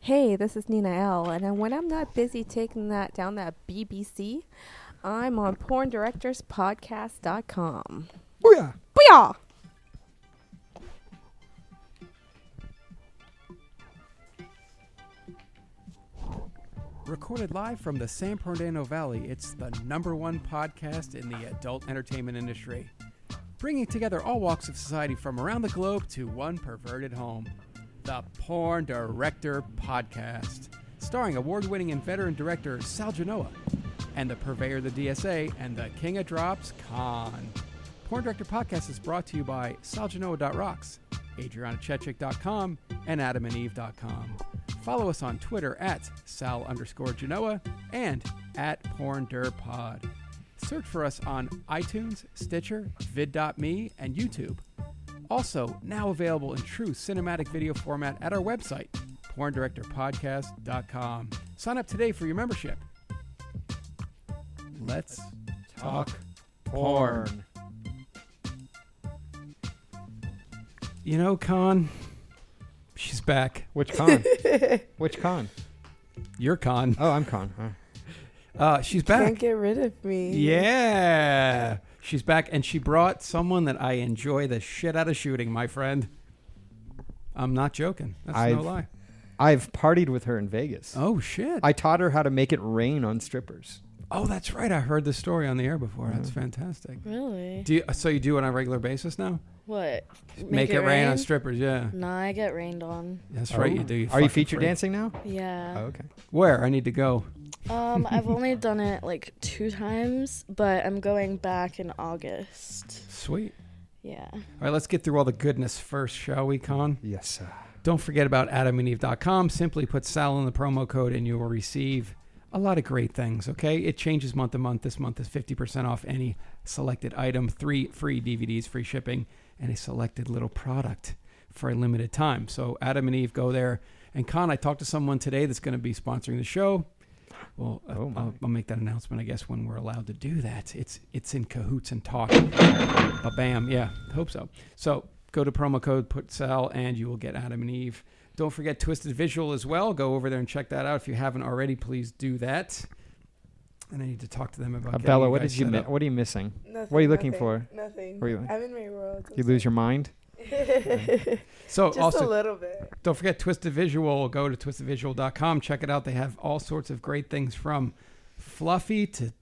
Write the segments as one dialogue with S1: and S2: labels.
S1: Hey, this is Nina L, and when I'm not busy taking that down that BBC, I'm on PornDirectorsPodcast.com.
S2: Booyah!
S1: Booyah!
S3: Recorded live from the San Fernando Valley, it's the number one podcast in the adult entertainment industry, bringing together all walks of society from around the globe to one perverted home. The Porn Director Podcast, starring award winning and veteran director Sal Genoa, and the purveyor of the DSA and the king of drops, Khan. Porn Director Podcast is brought to you by salgenoa.rocks, adrianachechik.com, and adamandeve.com. Follow us on Twitter at sal underscore genoa and at porndirpod. Search for us on iTunes, Stitcher, vid.me, and YouTube. Also, now available in true cinematic video format at our website, porndirectorpodcast.com. Sign up today for your membership. Let's talk porn. You know, Con, she's back.
S2: Which con? Which con?
S3: You're Con.
S2: Oh, I'm con. Huh.
S3: Uh, she's
S1: Can't
S3: back.
S1: get rid of me.
S3: Yeah. She's back, and she brought someone that I enjoy the shit out of shooting, my friend. I'm not joking. That's no
S2: I've-
S3: lie.
S2: I've partied with her in Vegas.
S3: Oh, shit.
S2: I taught her how to make it rain on strippers.
S3: oh, that's right. I heard the story on the air before. That's
S2: Mm-hmm.
S3: fantastic.
S4: Really?
S3: Do you, so you do it on a regular basis now?
S4: What?
S3: Make, it, rain? on strippers, yeah.
S4: No, I get rained on.
S3: That's right, you do.
S2: Oh. Are
S3: fucking
S2: you feature
S3: freak.
S2: dancing now? Oh,
S4: Yeah.
S2: okay.
S3: Where? I need to go.
S4: Um, I've only done it like two times, but I'm going back in August.
S3: Sweet.
S4: Yeah.
S3: All right, let's get through all the goodness first, shall we, Con?
S2: Yes. sir.
S3: Don't forget about adamandeve.com. Simply put Sal in the promo code and you will receive a lot of great things, okay? It changes month to month. This month is 50% off any selected item, three free DVDs, free shipping, and a selected little product for a limited time. So Adam and Eve go there. And Con, I talked to someone today that's going to be sponsoring the show. Well, uh,
S2: Oh, my.
S3: I'll, I'll make that announcement, I guess, when we're allowed to do that. It's it's in cahoots and talk. Ba bam. Yeah, hope so. So go to promo code put sell and you will get Adam and Eve. Don't forget Twisted Visual as well. Go over there and check that out. If you haven't already, please do that. And I need to talk to them about
S2: Uh,
S3: getting
S2: Bella,
S3: you
S2: what
S3: guys
S2: did you?
S3: set
S2: Mi-
S3: up.
S2: what are you missing?
S1: Nothing,
S2: What are you looking for?
S1: Nothing.
S2: What are you looking-
S1: I'm in my world.
S2: You lose your mind.
S3: So
S1: Just
S3: also
S1: a little bit.
S3: Don't forget Twisted Visual. Go to twistedvisual.com. Check it out. They have all sorts of great things from fluffy to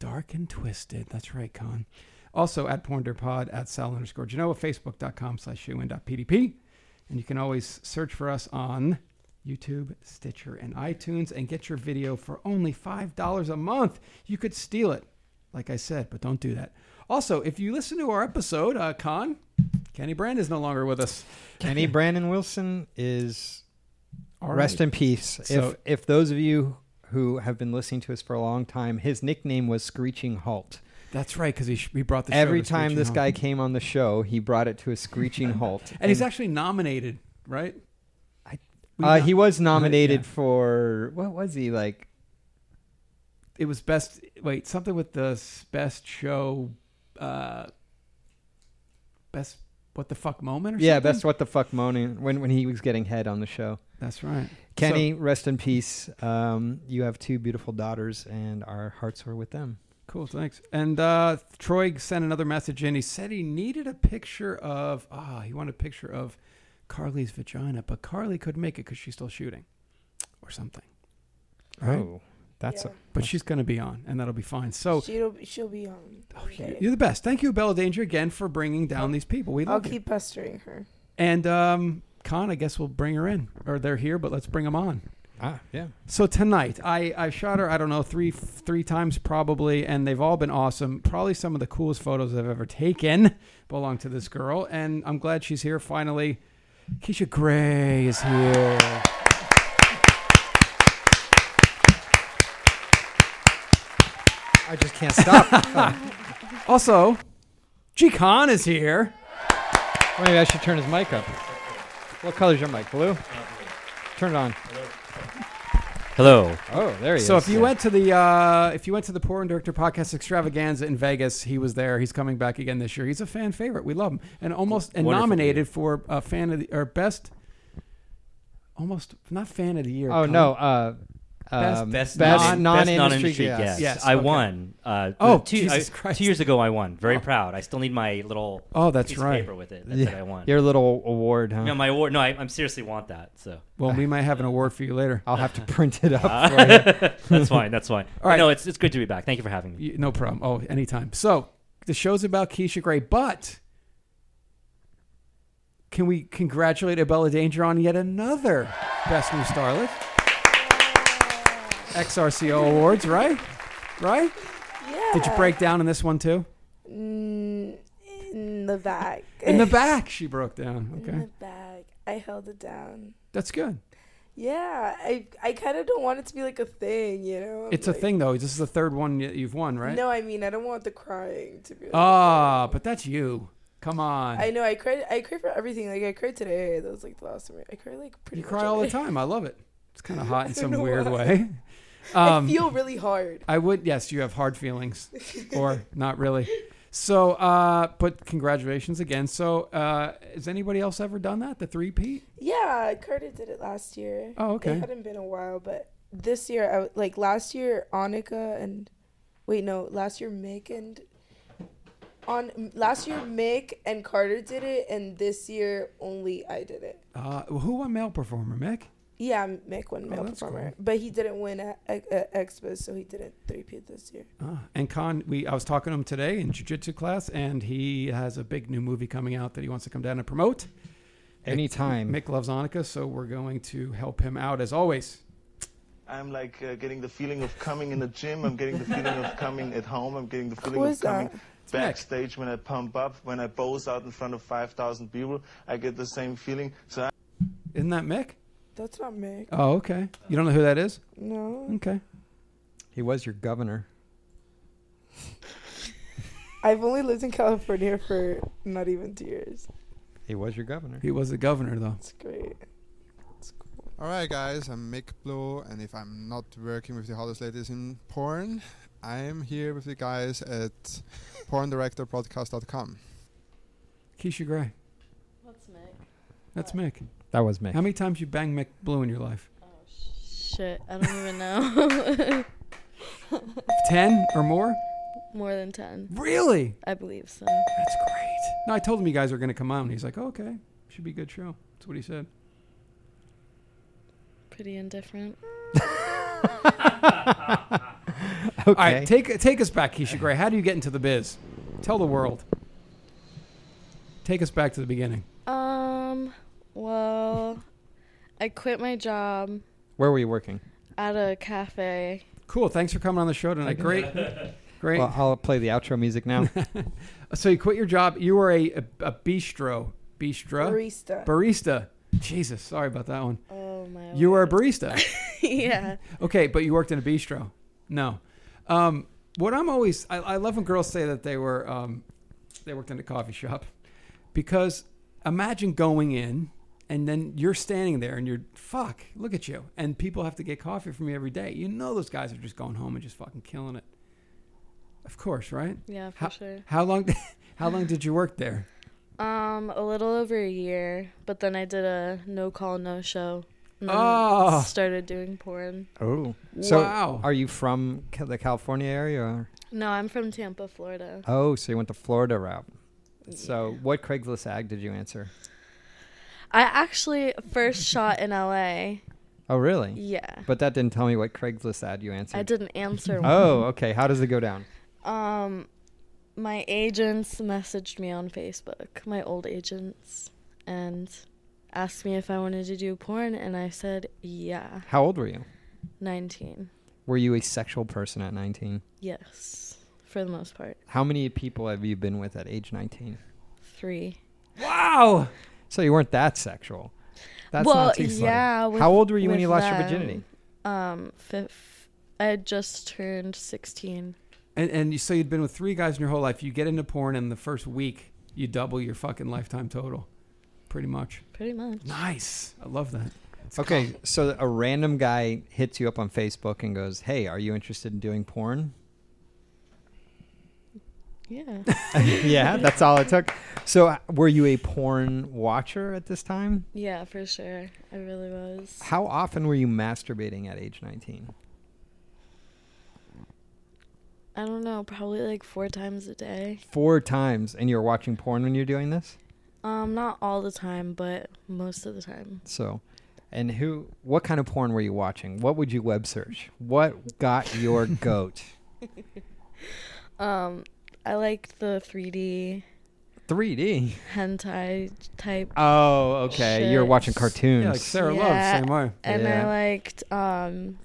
S3: dark and twisted. That's right, Con. Also at PornDerPod, at Sal underscore Genoa, Facebook.com slash PDP. And you can always search for us on YouTube, Stitcher, and iTunes and get your video for only $5 a month. You could steal it, like I said, but don't do that. Also, if you listen to our episode, uh, Con, Kenny Brand is no longer with us.
S2: Kenny Brandon Wilson is
S3: All right.
S2: Rest in peace.
S3: So-
S2: if if those of you who have been listening to us for a long time, his nickname was Screeching Halt.
S3: That's right, because he, sh- he brought the show
S2: Every
S3: to
S2: time
S3: Screeching
S2: this
S3: Halt.
S2: guy came on the show, he brought it to a screeching halt.
S3: and he's actually nominated, right?
S2: I-
S3: We
S2: uh,
S3: got-
S2: he was nominated
S3: yeah.
S2: for what was he like?
S3: it was best. Wait, something with the s- best show, uh, best what the fuck moment or
S2: Yeah,
S3: something?
S2: best what the fuck moaning when when he was getting head on the show.
S3: That's right,
S2: Kenny,
S3: So,
S2: rest in peace. Um, you have two beautiful daughters, and our hearts are with them.
S3: cool, thanks. And uh, Troy sent another message in. He said he needed a picture of ah, he wanted a picture of Carly's vagina, but Carly couldn't make it because she's still shooting or something. Right.
S2: Oh, that's
S1: Yeah.
S3: But she's going to be on, and that'll be fine. So.
S1: she'll she'll be on.
S3: Oh,
S1: Okay.
S3: You're the best. Thank you, Bella Danger, again for bringing down these people. We
S1: I'll
S3: love you.
S1: keep pestering her.
S3: And um, Con, I guess we'll bring her in, or they're here, but let's bring them on.
S2: ah, yeah.
S3: So tonight, I I shot her. I don't know three three times probably, and they've all been awesome. Probably some of the coolest photos I've ever taken belong to this girl, and I'm glad she's here finally. Keisha Gray is here.
S2: I just can't stop. Oh,
S3: Also, G Con is here.
S2: maybe I should turn his mic up. What color's your mic? Blue. Turn it on.
S5: Hello.
S2: Oh, there he
S3: So
S2: is.
S3: if you
S2: Yeah.
S3: went to the uh, if you went to the Porn Director Podcast Extravaganza in Vegas, he was there. He's coming back again this year. He's a fan favorite. We love him, and almost and
S5: Wonderful
S3: nominated for a fan of the or best almost not fan of the year.
S2: Oh
S3: Colin.
S2: no. Uh,
S3: Best-
S2: um,
S5: Best,
S3: best
S5: non,
S2: non-industry
S5: industry
S2: guest.
S5: guest.
S3: Yes,
S5: I
S3: okay.
S5: won. Uh,
S3: Oh,
S5: two,
S3: Jesus
S5: I-
S3: Christ.
S5: two years ago, I won. Very
S3: Oh.
S5: proud. I still need my little
S3: Oh, that's
S5: piece
S3: right.
S5: of paper with it. That's what I won.
S2: Your little award, huh?
S5: no, my award. No, I, I seriously want that. So
S3: Well, we might have an award for you later.
S2: I'll have to print it up
S3: Uh,
S2: for you.
S5: that's fine. That's fine.
S3: All right.
S5: No, it's it's good to be back. Thank you for having me.
S3: You- no problem. Oh, anytime. So the show's about Keisha Gray, but can we congratulate Abella Danger on yet another Best New Starlet? XRCO Awards, right? Right?
S1: Yeah.
S3: Did you break down in this one too?
S1: Mm, in the back.
S3: In the back, she broke down.
S1: In the
S3: Okay,
S1: back. I held it down.
S3: that's good.
S1: Yeah. I I kind of don't want it to be like a thing, you know? I'm
S3: It's a
S1: like-
S3: thing though. This is the third one y- you've won, right?
S1: Oh, No, I mean, I don't want the crying to be like.
S3: Ah, but that's you. Come on.
S1: I know I cried. I cried for everything. Like I cried today. That was like the last time. I cried like pretty.
S3: you
S1: much
S3: cry all the
S1: every-
S3: time. I love it. It's kind of hot in
S1: don't
S3: some
S1: know
S3: weird
S1: why.
S3: way. Um,
S1: I feel really hard.
S3: I would. Yes, you have hard feelings, or not really. So, uh, but congratulations again. So, uh, has anybody else ever done that? The three Pete?
S1: Yeah, Carter did it last year.
S3: Oh, okay.
S1: It hadn't been a while, but this year, I, w- like last year, Annika and wait, no, last year Mick and on last year Mick and Carter did it, and this year only I did it.
S3: Uh, who won male performer? Mick.
S1: Yeah, Mick won male
S3: Oh, that's
S1: performer,
S3: cool.
S1: but he didn't win at, at, at Expo, so he didn't three P this year.
S3: Ah, and Khan, we I was talking to him today in jiu-jitsu class, and he has a big new movie coming out that he wants to come down and promote.
S2: Anytime.
S3: Mick loves Annika, so we're going to help him out as always.
S6: I'm like uh, getting the feeling of coming in the gym. I'm getting the feeling of coming at home. I'm getting the feeling
S1: Who
S6: of
S1: is that?
S6: coming backstage when I pump up, when I pose out in front of 5,000 people. I get the same feeling. So I-
S3: Isn't that Mick?
S1: That's not Mick.
S3: Oh, okay. You don't know who that is?
S1: No,
S3: Okay.
S2: He was your governor.
S1: I've only lived in California for not even two years.
S2: He was your governor.
S3: He was the governor, though.
S1: It's great. It's cool.
S7: All right, guys, I'm Mick Blow, and if I'm not working with the hottest ladies in porn, I'm here with the guys at porndirectorbroadcast.com.
S3: Keisha Gray.
S4: What's Mick?
S3: That's Mick.
S2: That was Mick.
S3: How many times you bang Mick Blue in your life?
S4: Oh, Shit, I don't even know.
S3: Ten or more?
S4: More than 10.
S3: Really?
S4: I believe so.
S3: That's great. No, I told him you guys are going to come out, and he's like, oh, okay, should be a good show. That's what he said.
S4: Pretty indifferent.
S2: okay.
S3: All right, take take us back, Keisha Gray. How do you get into the biz? Tell the world. Take us back to the beginning.
S4: Um, well, I quit my job
S2: Where were you working?
S4: at a cafe.
S3: Cool. Thanks for coming on the show tonight. Great, great.
S2: Well, I'll play the outro music now.
S3: so you quit your job. You were a, a, a bistro, bistro,
S1: Barista.
S3: barista. Jesus, sorry about that one.
S4: Oh my.
S3: You were a
S4: word.
S3: barista.
S4: yeah.
S3: Okay, but you worked in a bistro. No. Um, what I'm always I, I love when girls say that they were um, they worked in a coffee shop because imagine going in and then you're standing there and you're fuck look at you and people have to get coffee from you every day. You know those guys are just going home and just fucking killing it. Of course, right?
S4: Yeah, for
S3: How-
S4: sure.
S3: How long how long did you work there?
S4: Um, a little over a year, but then I did a no call, no show. And then
S3: Oh.
S4: Started doing porn.
S2: oh. So
S3: wow.
S2: are you from Ca- the California area? Or?
S4: No, I'm from Tampa, Florida.
S2: Oh, so you went the Florida route. So what Craigslist ad did you answer?
S4: I actually first shot in LA.
S2: Oh, really?
S4: Yeah.
S2: But that didn't tell me what Craigslist ad you answered.
S4: I didn't answer one.
S2: Oh, okay. How does it go down?
S4: Um, my agents messaged me on Facebook, my old agents, and asked me if I wanted to do porn, and I said, yeah,
S2: How old were you?
S4: 19.
S2: Were you a sexual person at 19?
S4: Yes, for the most part.
S2: How many people have you been with at age 19?
S4: Three.
S3: Wow.
S2: So you weren't that sexual. That's
S4: well,
S2: not too slutty.
S4: yeah. with-
S2: How old were you when
S4: with
S2: you lost
S4: them,
S2: your virginity?
S4: Um, fifth. I had just turned 16.
S3: And and you, so you'd been with three guys in your whole life. You get into porn and the first week you double your fucking lifetime total. Pretty much.
S4: Pretty much.
S3: Nice. I love that.
S2: Okay, so a random guy hits you up on Facebook and goes, "Hey, are you interested in doing porn?"
S4: Yeah.
S2: yeah, that's all it took. So, uh, were you a porn watcher at this time?
S4: yeah, for sure. I really was.
S2: How often were you masturbating at age 19?
S4: I don't know, probably like four times a day.
S2: Four times, and you're watching porn when you're doing this?
S4: Um, not all the time, but most of the time.
S2: So, and who, what kind of porn were you watching? What would you web search? What got your goat?
S4: Um, I liked the 3D
S2: 3D.
S4: hentai type,
S2: Oh, okay. You're
S4: Shit.
S2: watching cartoons.
S3: Yeah, like Sarah
S4: Yeah,
S3: Love, same way.
S4: and
S2: Yeah.
S4: I liked um,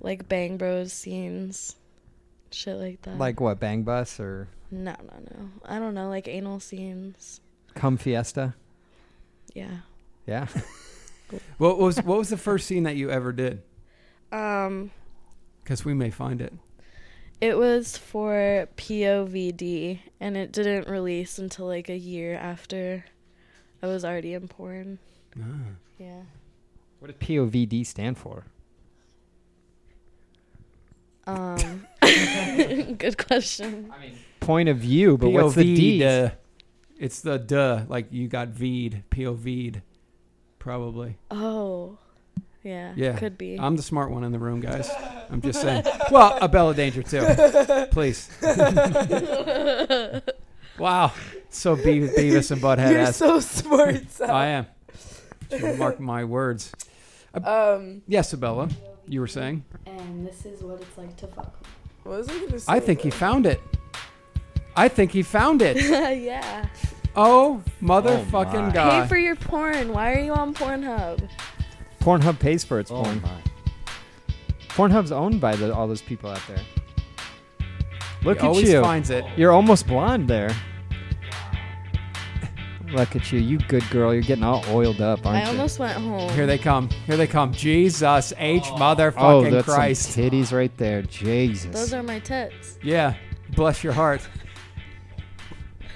S4: like Bang Bros scenes, shit like that.
S2: Like what? Bang Bus or
S4: no, no, no. I don't know, like anal scenes.
S2: Cum Fiesta?
S4: Yeah.
S2: Yeah.
S3: What was what was the first scene that you ever did?
S4: Um,
S3: Because we may find it.
S4: It was for POVD, and it didn't release until like a year after I was already in porn.
S3: Ah.
S4: Yeah.
S2: What does POVD stand for?
S4: Um. good question.
S2: Point of view, but what's the D?
S3: duh. It's the duh. Like you got V'd, POV'd, probably.
S4: Oh, yeah.
S3: Yeah.
S4: Could be.
S3: I'm the smart one in the room, guys. I'm just saying. Well, a Bella Danger too. Please. wow. So Be- Beavis and Butthead
S1: You're
S3: ass.
S1: so smart,
S3: I
S1: Sal.
S3: am. Should Mark my words.
S1: Um,
S3: Yes, Abella. You were saying.
S4: and this is what it's like to fuck.
S1: what was I gonna say?
S3: I think he found it. I think he found it.
S4: yeah.
S3: Oh, motherfucking
S5: my.
S3: god!
S4: Pay for your porn. Why are you on Pornhub?
S2: Pornhub pays for its
S5: Oh
S2: porn.
S5: my.
S2: Pornhub's owned by the, all those people out there. Look
S3: he
S2: at
S3: always
S2: you.
S3: finds it.
S2: You're almost blonde there. Look at you, you good girl. You're getting all oiled up, aren't
S4: I
S2: you?
S4: almost went home.
S3: Here they come. Here they come. Jesus H motherfucking
S2: oh, that's
S3: Christ.
S2: some titties right there. Jesus.
S4: Those are my tits.
S3: yeah. Bless your heart.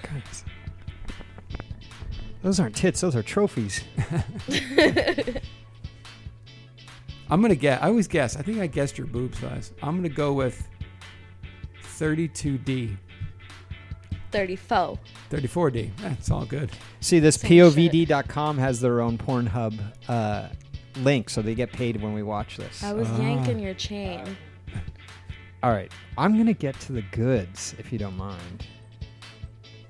S2: Guys. Those aren't tits. Those are trophies.
S3: I'm gonna guess. I always guess. I think I guessed your boob size. I'm gonna go with 32D,
S4: 34.
S3: 34D. That's all good.
S2: See, this
S4: Same shit.
S2: POVD.com has their own Pornhub uh, link, so they get paid when we watch this.
S4: I was yanking your chain.
S2: All right, I'm gonna get to the goods if you don't mind.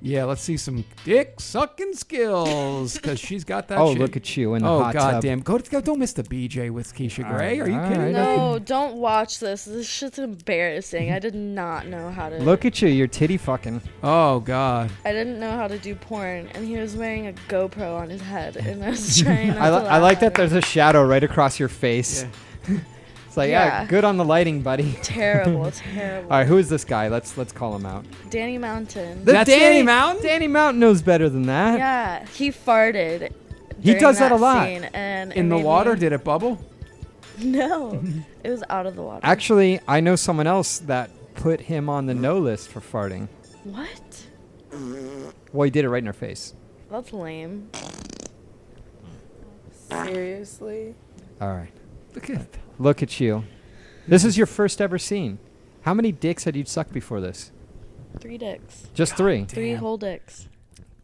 S3: Yeah. Let's see some dick sucking skills because she's got that.
S2: oh,
S3: shit.
S2: look at you in the
S3: Oh
S2: hot tub.
S3: goddamn! Go, go! Don't miss the BJ with Keisha Gray. Are you
S2: All
S3: kidding?
S2: right.
S3: me?
S4: No, don't watch this. This shit's embarrassing. I did not know how to
S2: Look at you, you're titty fucking.
S3: Oh god!
S4: I didn't know how to do porn, and he was wearing a GoPro on his head, and I was trying. Not
S2: I, li-
S4: to
S2: I like
S4: laugh.
S2: that there's a shadow right across your face. it's like, yeah.
S4: Yeah.
S2: good on the lighting, buddy.
S4: terrible, terrible.
S2: All right, who is this guy? Let's let's call him out.
S4: Danny Mountain.
S2: The
S3: That's Danny Mountain?
S2: Danny Mountain knows better than that.
S4: yeah, he farted.
S2: He
S4: during
S2: does that a lot.
S4: Scene, and it
S3: In the
S4: made
S3: water,
S4: me-
S3: did it bubble?
S4: no, it was out of the water.
S2: Actually, I know someone else that put him on the no list for farting.
S4: what?
S2: Well, he did it right in her face.
S4: That's lame.
S1: Seriously.
S2: All right.
S3: Look at
S2: Look at you. This is your first ever scene. How many dicks had you sucked before this?
S4: Three dicks,
S2: Just three.
S4: three whole dicks.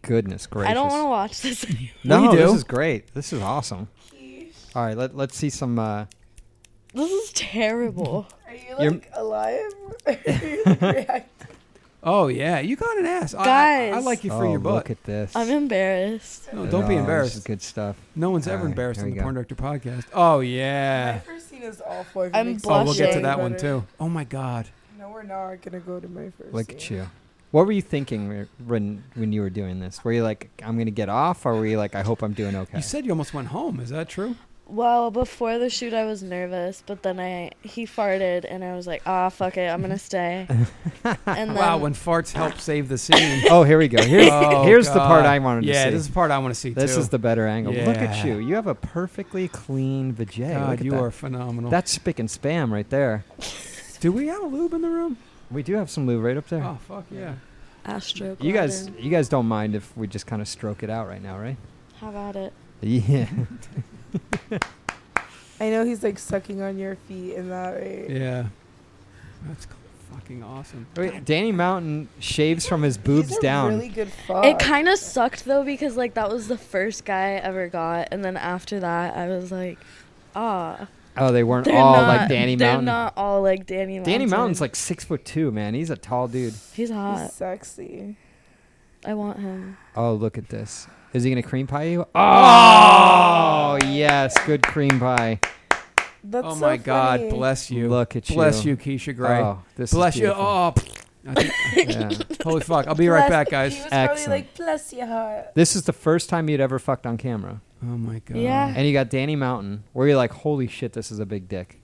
S2: Goodness gracious.
S4: I don't want to watch this. anymore.
S2: No,
S3: We do.
S2: this is great. This is awesome. All right, let, let's see some. Uh,
S4: this is terrible.
S1: Are you
S2: You're-
S1: like alive? Are you like,
S3: Uh,
S1: reacting?
S3: Oh yeah, you got an ass, I- I- I,
S4: Guys.
S3: like you for
S2: oh,
S3: your butt.
S2: look at this.
S4: I'm embarrassed.
S3: no, don't be
S2: Oh,
S3: embarrassed.
S2: This is good stuff.
S3: No one's
S2: All
S3: ever
S2: right,
S3: embarrassed
S2: here
S3: on
S2: we
S3: the
S2: go.
S3: Porn Director Podcast. Oh
S1: My
S3: yeah.
S1: first scene is awful. It
S4: I'm
S1: makes me
S3: Oh, we'll get to
S1: feel
S4: blushing.
S3: that one
S1: better.
S3: too. Oh my god.
S1: No, we're not gonna go to my first.
S2: Look
S1: scene.
S2: at you. What were you thinking whe- when when you were doing this? Were you like, I'm gonna get off, or were you like, I hope I'm doing okay?
S3: You said you almost went home. Is that true?
S4: Well, before the shoot, I was nervous, but then I he farted, and I was like, "Ah, fuck it, I'm gonna stay." and then
S3: wow, when farts help save the scene.
S2: oh, here we go. Here's,
S3: Oh,
S2: here's the part
S3: God.
S2: I wanted
S3: yeah,
S2: to see.
S3: this is the part I want to see
S2: This
S3: too.
S2: is the better angle. Look at
S3: Yeah.
S2: you. You have a perfectly clean vajay. Look
S3: God,
S2: at
S3: you
S2: that.
S3: are phenomenal.
S2: That's spick and spam right there.
S3: Do we have a lube in the room?
S2: We do have some lube right up there.
S3: Oh fuck yeah.
S4: Astro,
S2: you guys, you guys don't mind if we just kind of stroke it out right now, right?
S4: how about it?
S2: Yeah.
S1: I know he's like sucking on your feet in that right.
S3: Yeah. That's cool. fucking awesome.
S2: Wait, Danny Mountain shaves from his boobs
S1: He's a
S2: down.
S1: Really good fuck.
S4: It kind of sucked though because like that was the first guy I ever got, and then after that I was like, ah,
S2: oh, they weren't
S4: they're
S2: all
S4: not
S2: like Danny
S4: they're
S2: Mountain.
S4: not all like Danny Mountain.
S2: Danny Mountain's like six foot two, man. He's a tall dude.
S4: he's hot.
S1: He's sexy.
S4: I want him.
S2: Oh, look at this. Is he gonna cream pie you? Oh, yes, good cream pie.
S1: That's
S3: oh
S1: so
S3: my God,
S1: funny.
S3: bless you.
S2: Look at
S3: bless
S2: you.
S3: you, Keisha Gray.
S2: Oh, this is
S3: bless you.
S2: beautiful.
S3: Oh, I think-
S2: Yeah.
S3: holy fuck! I'll be right back,
S1: Bless- He
S3: guys.
S1: was
S2: Excellent.
S1: probably like, bless your heart.
S2: This is the first time you'd ever fucked on camera,
S3: Oh my God.
S4: Yeah.
S2: and you got Danny Mountain, where you're like, holy shit, this is a big dick.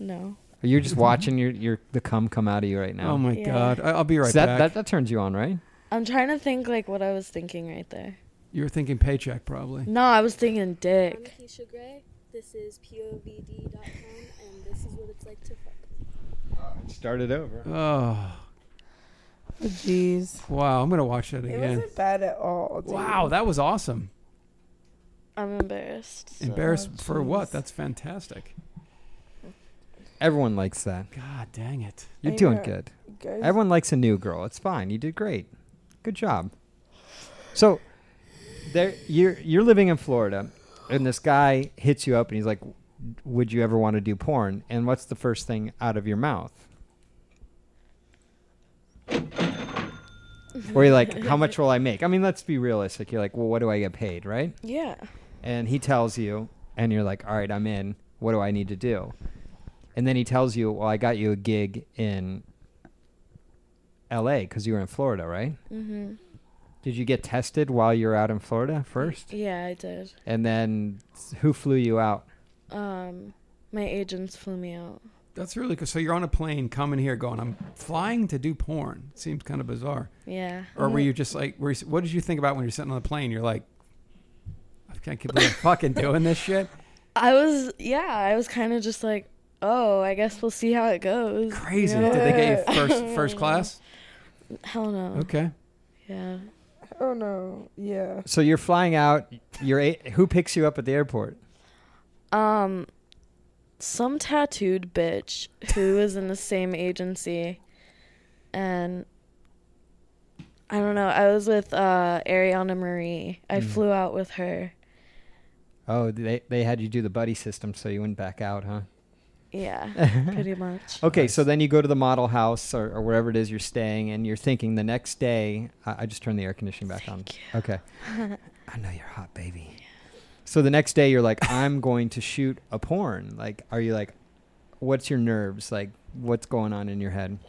S4: No.
S2: Or You're just watching your your the cum come out of you right now.
S3: Mm-hmm. Oh my
S4: Yeah.
S3: God. I- I'll be right
S2: So that,
S3: back.
S2: that that turns you on, right?
S4: I'm trying to think like what I was thinking right there.
S3: You were thinking paycheck, probably.
S4: No, I was thinking
S8: I'm
S4: dick.
S8: Keisha Gray. This is POVD.com, and this is what it's like to fuck.
S2: Start it over.
S3: Oh
S1: Oh, Jeez.
S3: wow! I'm gonna watch that
S1: It
S3: again.
S1: wasn't bad at all. Dude.
S3: Wow, that was awesome.
S4: I'm embarrassed.
S3: Embarrassed
S1: Oh,
S3: for what?
S1: jeez.
S3: That's fantastic.
S2: Everyone likes that.
S3: God dang it.
S2: You're
S1: I
S2: doing
S1: know.
S2: good.
S1: Guys,
S2: Everyone likes a new girl. It's fine. You did great. Good job. So there you're you're living in Florida and this guy hits you up and he's like would you ever want to do porn? And what's the first thing out of your mouth? Where you're like, how much will I make? I mean, let's be realistic. You're like, well, what do I get paid, right?
S4: Yeah.
S2: and he tells you, and you're like, all right, I'm in. What do I need to do? And then he tells you, well, I got you a gig in L.A. because you were in Florida, right?
S4: Mhm.
S2: Did you get tested while you were out in Florida first?
S4: Yeah, I did.
S2: And then s- who flew you out?
S4: Um, my agents flew me out.
S3: That's really cool. So you're on a plane coming here, going, "I'm flying to do porn." Seems kind of bizarre.
S4: Yeah.
S3: Or were you just like, were you, what did you think about when you're sitting on the plane? You're like, I can't believe I'm fucking doing this shit.
S4: I was yeah, I was kind of just like, oh, I guess we'll see how it goes.
S3: Crazy. Did they get you first first class?
S4: Hell no.
S3: Okay.
S4: Yeah.
S1: Oh no. Yeah.
S2: So you're flying out. You're a- who picks you up at the airport?
S4: Um, some tattooed bitch who is in the same agency, and I don't know. I was with uh, Ariana Marie.
S3: Mm.
S4: I flew out with her.
S2: Oh, they they had you do the buddy system, so you went back out, huh?
S4: Yeah, pretty much.
S2: Okay, so then you go to the model house or, or wherever it is you're staying, and you're thinking the next day. I, I just turned the air conditioning back on. Okay, I know you're hot, baby. So the next day you're like, I'm going to shoot a porn. Like, are you like, what's your nerves? Like, what's going on in your head?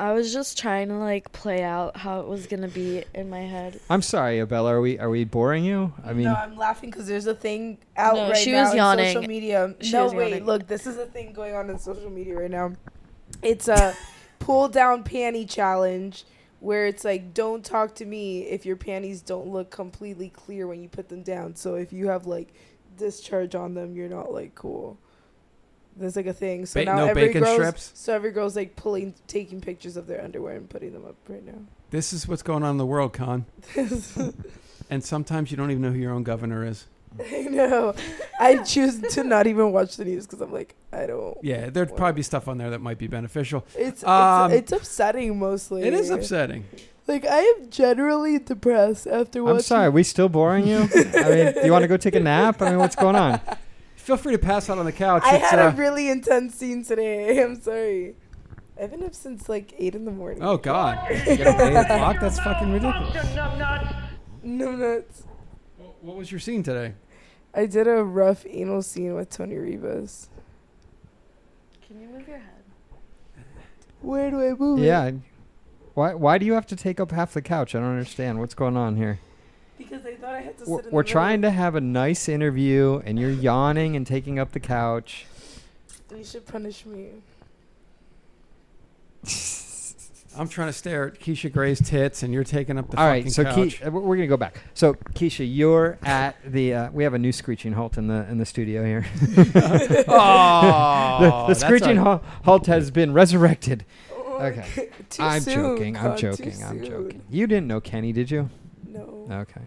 S4: I was just trying to like play out how it was gonna be in my head.
S2: I'm sorry, Abella. Are we are we boring you? I mean,
S1: no, I'm laughing because there's a thing out
S4: No,
S1: right
S4: she
S1: now
S4: was
S1: on social
S4: yawning.
S1: media.
S4: She
S1: no,
S4: was
S1: wait,
S4: yawning.
S1: look, this is a thing going on in social media right now. It's a pull down panty challenge where it's like, don't talk to me if your panties don't look completely clear when you put them down. So if you have like discharge on them, you're not like cool. That's like a thing. So
S3: Ba-
S1: now
S3: no
S1: every
S3: bacon
S1: girl's
S3: strips?
S1: so every girl's like pulling, taking pictures of their underwear and putting them up right now.
S3: This is what's going on in the world, Con. and sometimes you don't even know who your own governor is.
S1: I know. I choose to not even watch the news because I'm like, I don't.
S3: Yeah, there'd probably be stuff on there that might be beneficial.
S1: It's
S3: Um,
S1: it's, it's upsetting mostly.
S3: It is upsetting.
S1: Like I am generally depressed after watching.
S2: I'm sorry. Are we still boring you? I mean, do you want to go take a nap? I mean, what's going on?
S3: Feel free to pass out on the couch.
S1: I
S3: It's,
S1: had
S3: uh,
S1: a really intense scene today. I'm sorry. I've been up since like eight in the morning.
S3: oh God, you gotta pay the clock. That's fucking ridiculous.
S1: No nuts.
S3: What was your scene today?
S1: I did a rough anal scene with Tony Rivas.
S4: Can you move your head?
S1: Where do I move? it?
S2: Yeah. Why why do you have to take up half the couch? I don't understand. What's going on here?
S1: Because I thought I had to.
S2: we're,
S1: sit in
S2: we're
S1: the middle.
S2: trying to have a nice interview and you're yawning and taking up the couch
S1: You should punish me.
S3: I'm trying to stare at Keisha Gray's tits, and you're taking up the
S2: all
S3: fucking
S2: right so
S3: couch.
S2: Ke- uh, we're we're gonna go back so keisha you're at the uh, we have a new screeching halt in the in the studio here
S3: oh,
S2: the, the
S3: that's
S2: screeching
S3: all right.
S2: halt, halt has been resurrected
S1: Oh my
S2: Okay.
S1: God. Too
S2: i'm
S1: soon,
S2: joking i'm
S1: God, too
S2: joking i'm
S1: soon.
S2: joking you didn't know kenny did you
S1: No.
S2: okay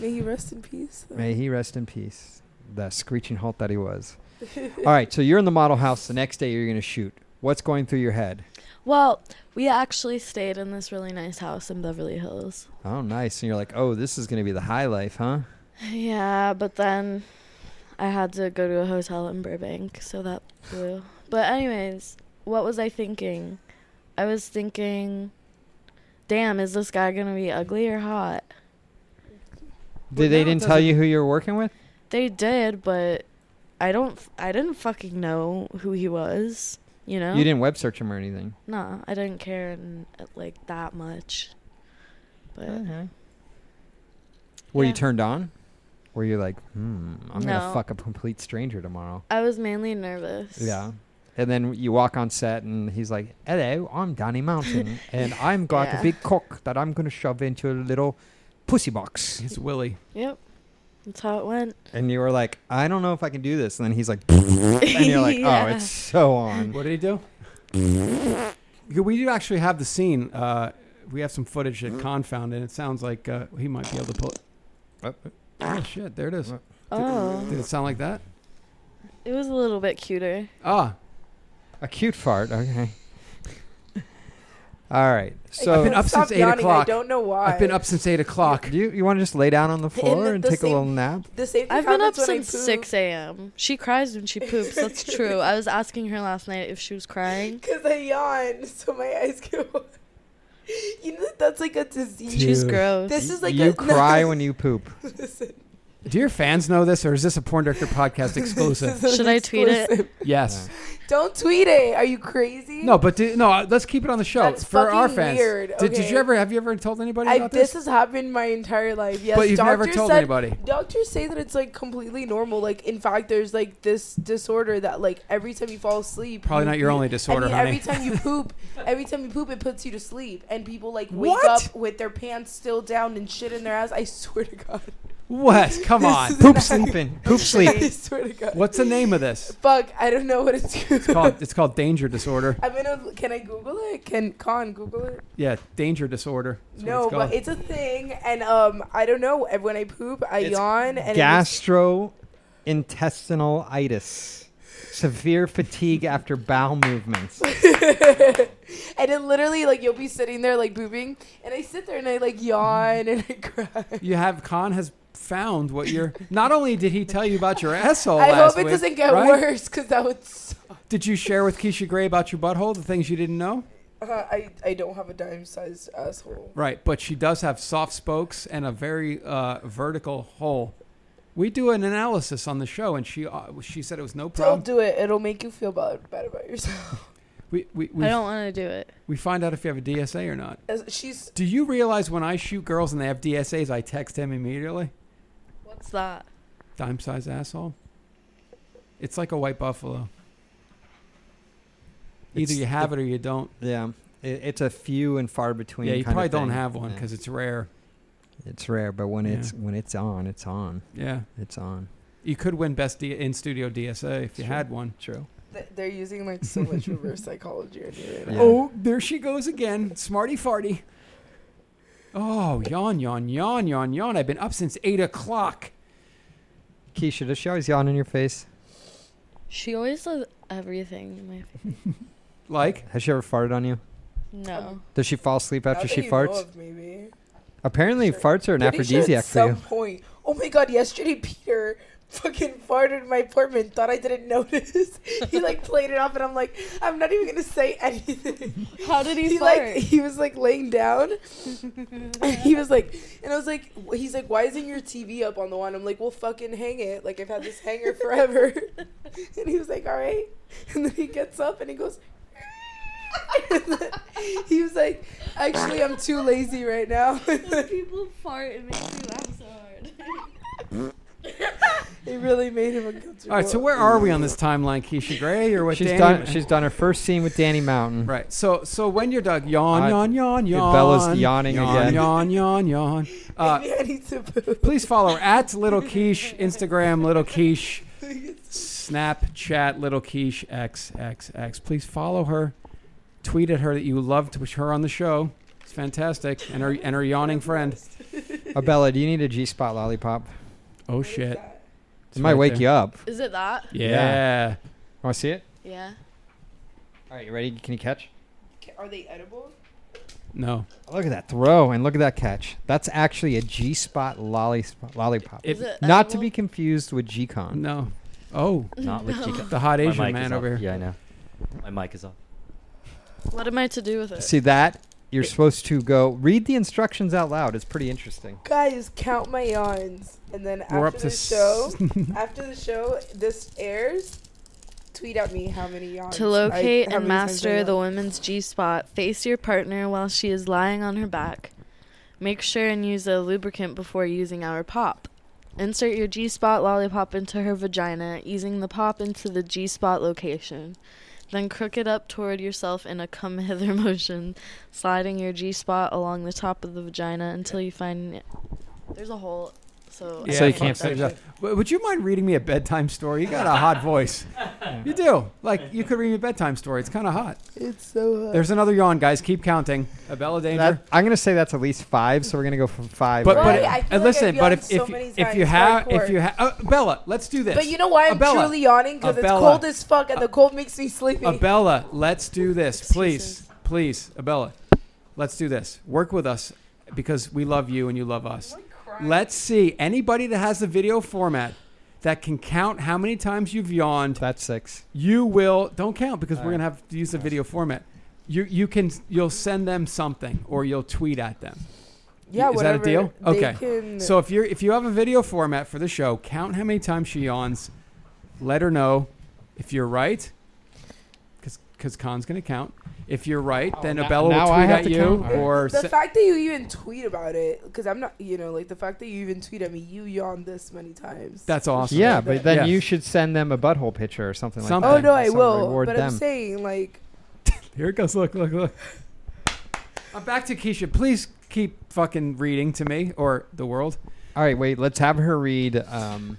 S1: May he rest in peace. though.
S2: may he rest in peace the screeching halt that he was All right, so you're in the model house. The next day, you're going to shoot. What's going through your head?
S4: Well, we actually stayed in this really nice house in Beverly Hills.
S2: Oh, nice. And you're like, oh, this is going to be the high life, huh?
S4: Yeah, but then I had to go to a hotel in Burbank, so that blew. But anyways, what was I thinking? I was thinking, damn, is this guy gonna be ugly or hot?
S2: Did they
S3: now it
S2: didn't tell
S3: doesn't-
S2: you who you were working with?
S4: They did, but I don't. f- I didn't fucking know who he was. You know.
S2: You didn't web search him or anything.
S4: Nah, I didn't care and, uh, like that much. But
S2: Okay. Were
S4: Uh, Yeah.
S2: you turned on? Were you like, hmm, I'm
S4: No.
S2: gonna fuck a complete stranger tomorrow?
S4: I was mainly nervous.
S2: Yeah. And then you walk on set, and he's like, "Hello, I'm Danny Mountain, and I'm got
S4: Yeah.
S2: a big cock that I'm gonna shove into a little pussy box."
S3: It's Willie.
S4: Yep. That's how it went.
S2: And you were like, "I don't know if I can do this." And then he's like, "And you're like, oh,
S4: Yeah.
S2: it's so on."
S3: What did he do? Yeah, we do actually have the scene. Uh, we have some footage at Confound, and it sounds like uh, he might be able to pull it. Oh, shit, there it is.
S4: Oh,
S3: Did it sound like that?
S4: it was a little bit cuter.
S3: Ah,
S2: A cute fart. Okay. All right. So
S3: I've been up
S1: Stop
S3: since eight
S1: yawning, I
S3: o'clock.
S1: don't know why.
S3: I've been up since 8 o'clock.
S2: do you you want to just lay down on the floor
S1: the-
S2: and
S1: the
S2: take
S1: same-
S2: a little nap?
S1: The same thing
S4: I've been up
S1: happens when I
S4: since
S1: poop.
S4: 6 a.m. She cries when she poops. That's true. I was asking her last night if she was crying.
S1: Because I yawn, so my eyes get water. You know, that's like a disease.
S4: She's
S3: Dude.
S4: gross.
S1: This is like
S2: you
S1: a,
S2: cry when you poop.
S1: Listen,
S3: Do your fans know this, or is this a Porn Director podcast exclusive?
S1: this is
S4: Should
S1: an
S4: I tweet it?
S1: exclusive.
S3: yes.
S1: Don't tweet it. Are you crazy?
S3: No, but do, no. uh, Let's keep it on the show
S1: That's
S3: for our
S1: fucking
S3: fans.
S1: weird.
S3: Did, did
S1: Okay.
S3: you ever have you ever told anybody
S1: I,
S3: about
S1: this has happened my entire life. Yes,
S3: but you've
S1: doctors
S3: never told
S1: said,
S3: anybody.
S1: Doctors say that it's like completely normal. Like in fact, there's like this disorder that like every time you fall asleep,
S3: Probably
S1: you-
S3: not your
S1: you-
S3: only
S1: I
S3: disorder,
S1: mean,
S3: honey.
S1: every time you poop, every time you poop, it puts you to sleep, and people like wake
S3: What?
S1: up with their pants still down and shit in their ass. I swear to God,
S3: what? Come
S1: This
S3: on.
S1: is-
S2: Poop sleeping. Poop sleep.
S1: I swear to God.
S3: What's the name of this?
S1: Fuck, I don't know what it's called.
S3: It's called it's called danger disorder.
S1: I'm gonna. Can I Google it? Can Con Google it?
S3: Yeah, danger disorder. That's what
S1: no,
S3: it's
S1: but
S3: called.
S1: it's a thing, and um, I don't know. and When I poop, I
S2: It's
S1: yawn, and It
S2: Gastrointestinal itis. Severe fatigue after bowel movements.
S1: was- and it literally like you'll be sitting there like pooping, and I sit there and I like yawn and I cry.
S3: you have Khan has found what you're. Not only did he tell you about your asshole
S1: I
S3: last
S1: hope it
S3: week,
S1: doesn't get
S3: right?
S1: worse because that would. s-
S3: Did you share with Keisha Gray about your butthole the things you didn't know?
S1: Uh, I I don't have a dime sized asshole.
S3: Right, but she does have soft spokes and a very uh, vertical hole. We do an analysis on the show, and she uh, she said it was no problem.
S1: Don't do it. It'll make you feel bad, bad about yourself.
S3: we we
S4: I
S3: we,
S4: don't want to do it.
S3: we find out if you have a DSA or not.
S1: As- She's
S3: Do you realize when I shoot girls and they have DSAs, I text him immediately?
S4: What's that?
S3: Dime size asshole. It's like a white buffalo. Either
S2: It's
S3: you have it or you don't.
S2: Yeah, it, it's a few and far between.
S3: Yeah, you
S2: kind
S3: probably
S2: of thing.
S3: don't have one
S2: Yeah.
S3: because it's rare.
S2: it's rare. But when
S3: Yeah.
S2: it's when it's on, it's on.
S3: Yeah,
S2: It's on.
S3: you could win best D- in studio DSA if you
S2: Sure.
S3: had one.
S2: True.
S1: th- they're using like so much reverse psychology on you right now.
S2: Yeah.
S3: Oh, there she goes again, smarty farty. Oh, yawn, yawn, yawn, yawn, yawn. I've been up since eight o'clock.
S2: Keisha, does she always yawn in your face?
S4: She always does everything. In my face.
S3: Like,
S2: Has she ever farted on you?
S1: Um,
S4: No.
S2: Does she fall asleep
S1: Now
S2: after
S1: that
S2: she
S1: you know
S2: farts?
S1: of, maybe.
S2: Apparently,
S1: Sure.
S2: farts are an
S1: Pretty sure
S2: aphrodisiac
S1: at
S2: for
S1: some
S2: you.
S1: point. Oh my god, yesterday Peter fucking farted in my apartment, thought I didn't notice. he like played it off and I'm like, I'm not even gonna say anything.
S4: How did he,
S1: He
S4: fart?
S1: like he was like laying down and he was like and I was like wh- he's like, Why isn't your TV up on the one? I'm like, Well fucking hang it. Like I've had this hanger forever And he was like, All right And then he gets up and he goes And then he was like, Actually I'm too lazy right now.
S4: people fart, it makes me laugh so hard.
S1: It really made him uncomfortable.
S3: all right, so where are we on this timeline, Keisha Gray? Or what?
S2: She's
S3: Danny?
S2: done. She's done her first scene with Danny Mountain.
S3: Right. So so when you're done, yawn,
S2: Uh,
S3: yawn, yawn, yawn.
S2: Bella's yawning
S3: yawn,
S2: again.
S3: Yawn, yawn, yawn. Uh,
S1: Maybe I need to poop.
S3: please follow her at Little Quiche, Instagram Little Quiche, Snapchat Little Quiche XXX. Please follow her. Tweet at her that you loved to wish her on the show. It's fantastic. And her
S2: Oh,
S3: and her yawning friend.
S2: Abella, do you need a G spot lollipop?
S3: Oh shit.
S2: It might
S3: right
S2: wake
S3: there.
S2: you up.
S4: Is it that?
S3: Yeah.
S2: Want to see it?
S4: Yeah.
S2: All right, you ready? Can you catch?
S1: Are they edible?
S3: No.
S2: Look at that throw and look at that catch. That's actually a G spot lolly lollipop.
S3: It-
S4: Is it
S2: Not to
S4: edible?
S2: be confused with G Con.
S3: No. Oh,
S5: Not with Chica.
S3: the hot
S5: My
S3: Asian
S5: mic is
S3: man
S5: off.
S3: over here.
S5: Yeah, I know. My mic is off.
S4: What am I to do with it?
S2: See that? You're supposed to go read the instructions out loud. It's pretty interesting.
S1: Guys, count my yawns, and then
S3: We're up to
S1: after the show, after the show, this airs. Tweet at me how many yawns.
S4: To
S1: I-
S4: locate
S1: how
S4: and
S1: many times I
S4: master the
S1: yawned.
S4: woman's G spot, face your partner while she is lying on her back. Make sure and use a lubricant before using our pop. Insert your G spot lollipop into her vagina, easing the pop into the G spot location. Then crook it up toward yourself in a come hither motion, sliding your G spot along the top of the vagina until you find. There's a hole, so. I
S2: So you
S4: don't
S2: can't
S4: want that
S2: finish
S4: shit.
S2: up.
S3: W- Would you mind reading me a bedtime story? You got a hot voice. You do. Like you could read me a bedtime story. It's kind of hot.
S1: It's so hot.
S3: There's another yawn, guys. Keep counting. A bell of danger.
S2: That- I'm gonna say that's at least five, so we're gonna go from five.
S3: but
S2: right
S3: but
S1: Why?
S2: now.
S1: I feel
S3: and
S1: like
S3: listen,
S1: I've
S3: but
S1: yawned
S3: if
S1: so
S3: if,
S1: many
S3: if you
S1: times.
S3: have if
S1: Hardcore.
S3: you have uh, Bella, let's do this.
S1: But you know why I'm
S3: Abella.
S1: truly yawning? Because it's
S3: Abella.
S1: cold as fuck, and the cold makes me sleepy.
S3: Abella, let's do this, please,
S4: Excuses.
S3: please, Abella, let's do this. Work with us because we love you and you love us. Let's see anybody that has the video format that can count how many times you've yawned.
S2: that's six.
S3: You will don't count because we're
S2: All right.
S3: gonna have to use the video format. You you can you'll send them something or you'll tweet at them.
S1: yeah,
S3: is that a
S1: whatever.
S3: deal?
S1: They
S3: Okay.
S1: can-
S3: So if you're if you have a video format for the show, count how many times she yawns. Let her know if you're right, because Khan's gonna count. If you're right,
S2: Oh,
S3: then
S2: now-
S3: Abella
S2: now
S3: will
S2: I
S3: tweet
S2: have
S3: at
S2: to
S3: you,
S2: count? All right.
S3: or
S1: the
S3: se-
S1: fact that you even tweet about it, because I'm not, you know, like the fact that you even tweet at me, you yawned this many times.
S3: that's awesome.
S2: Yeah, but then
S3: Yes.
S2: you should send them a butthole picture or something,
S3: Something.
S2: like that.
S1: oh no, I
S2: So
S1: will.
S2: reward
S1: But I'm
S2: them.
S1: saying, like,
S3: here it goes. Look, look, look. I'm Uh, back to Keisha. Please keep fucking reading to me or the world.
S2: All right, wait. Let's have her read. Um,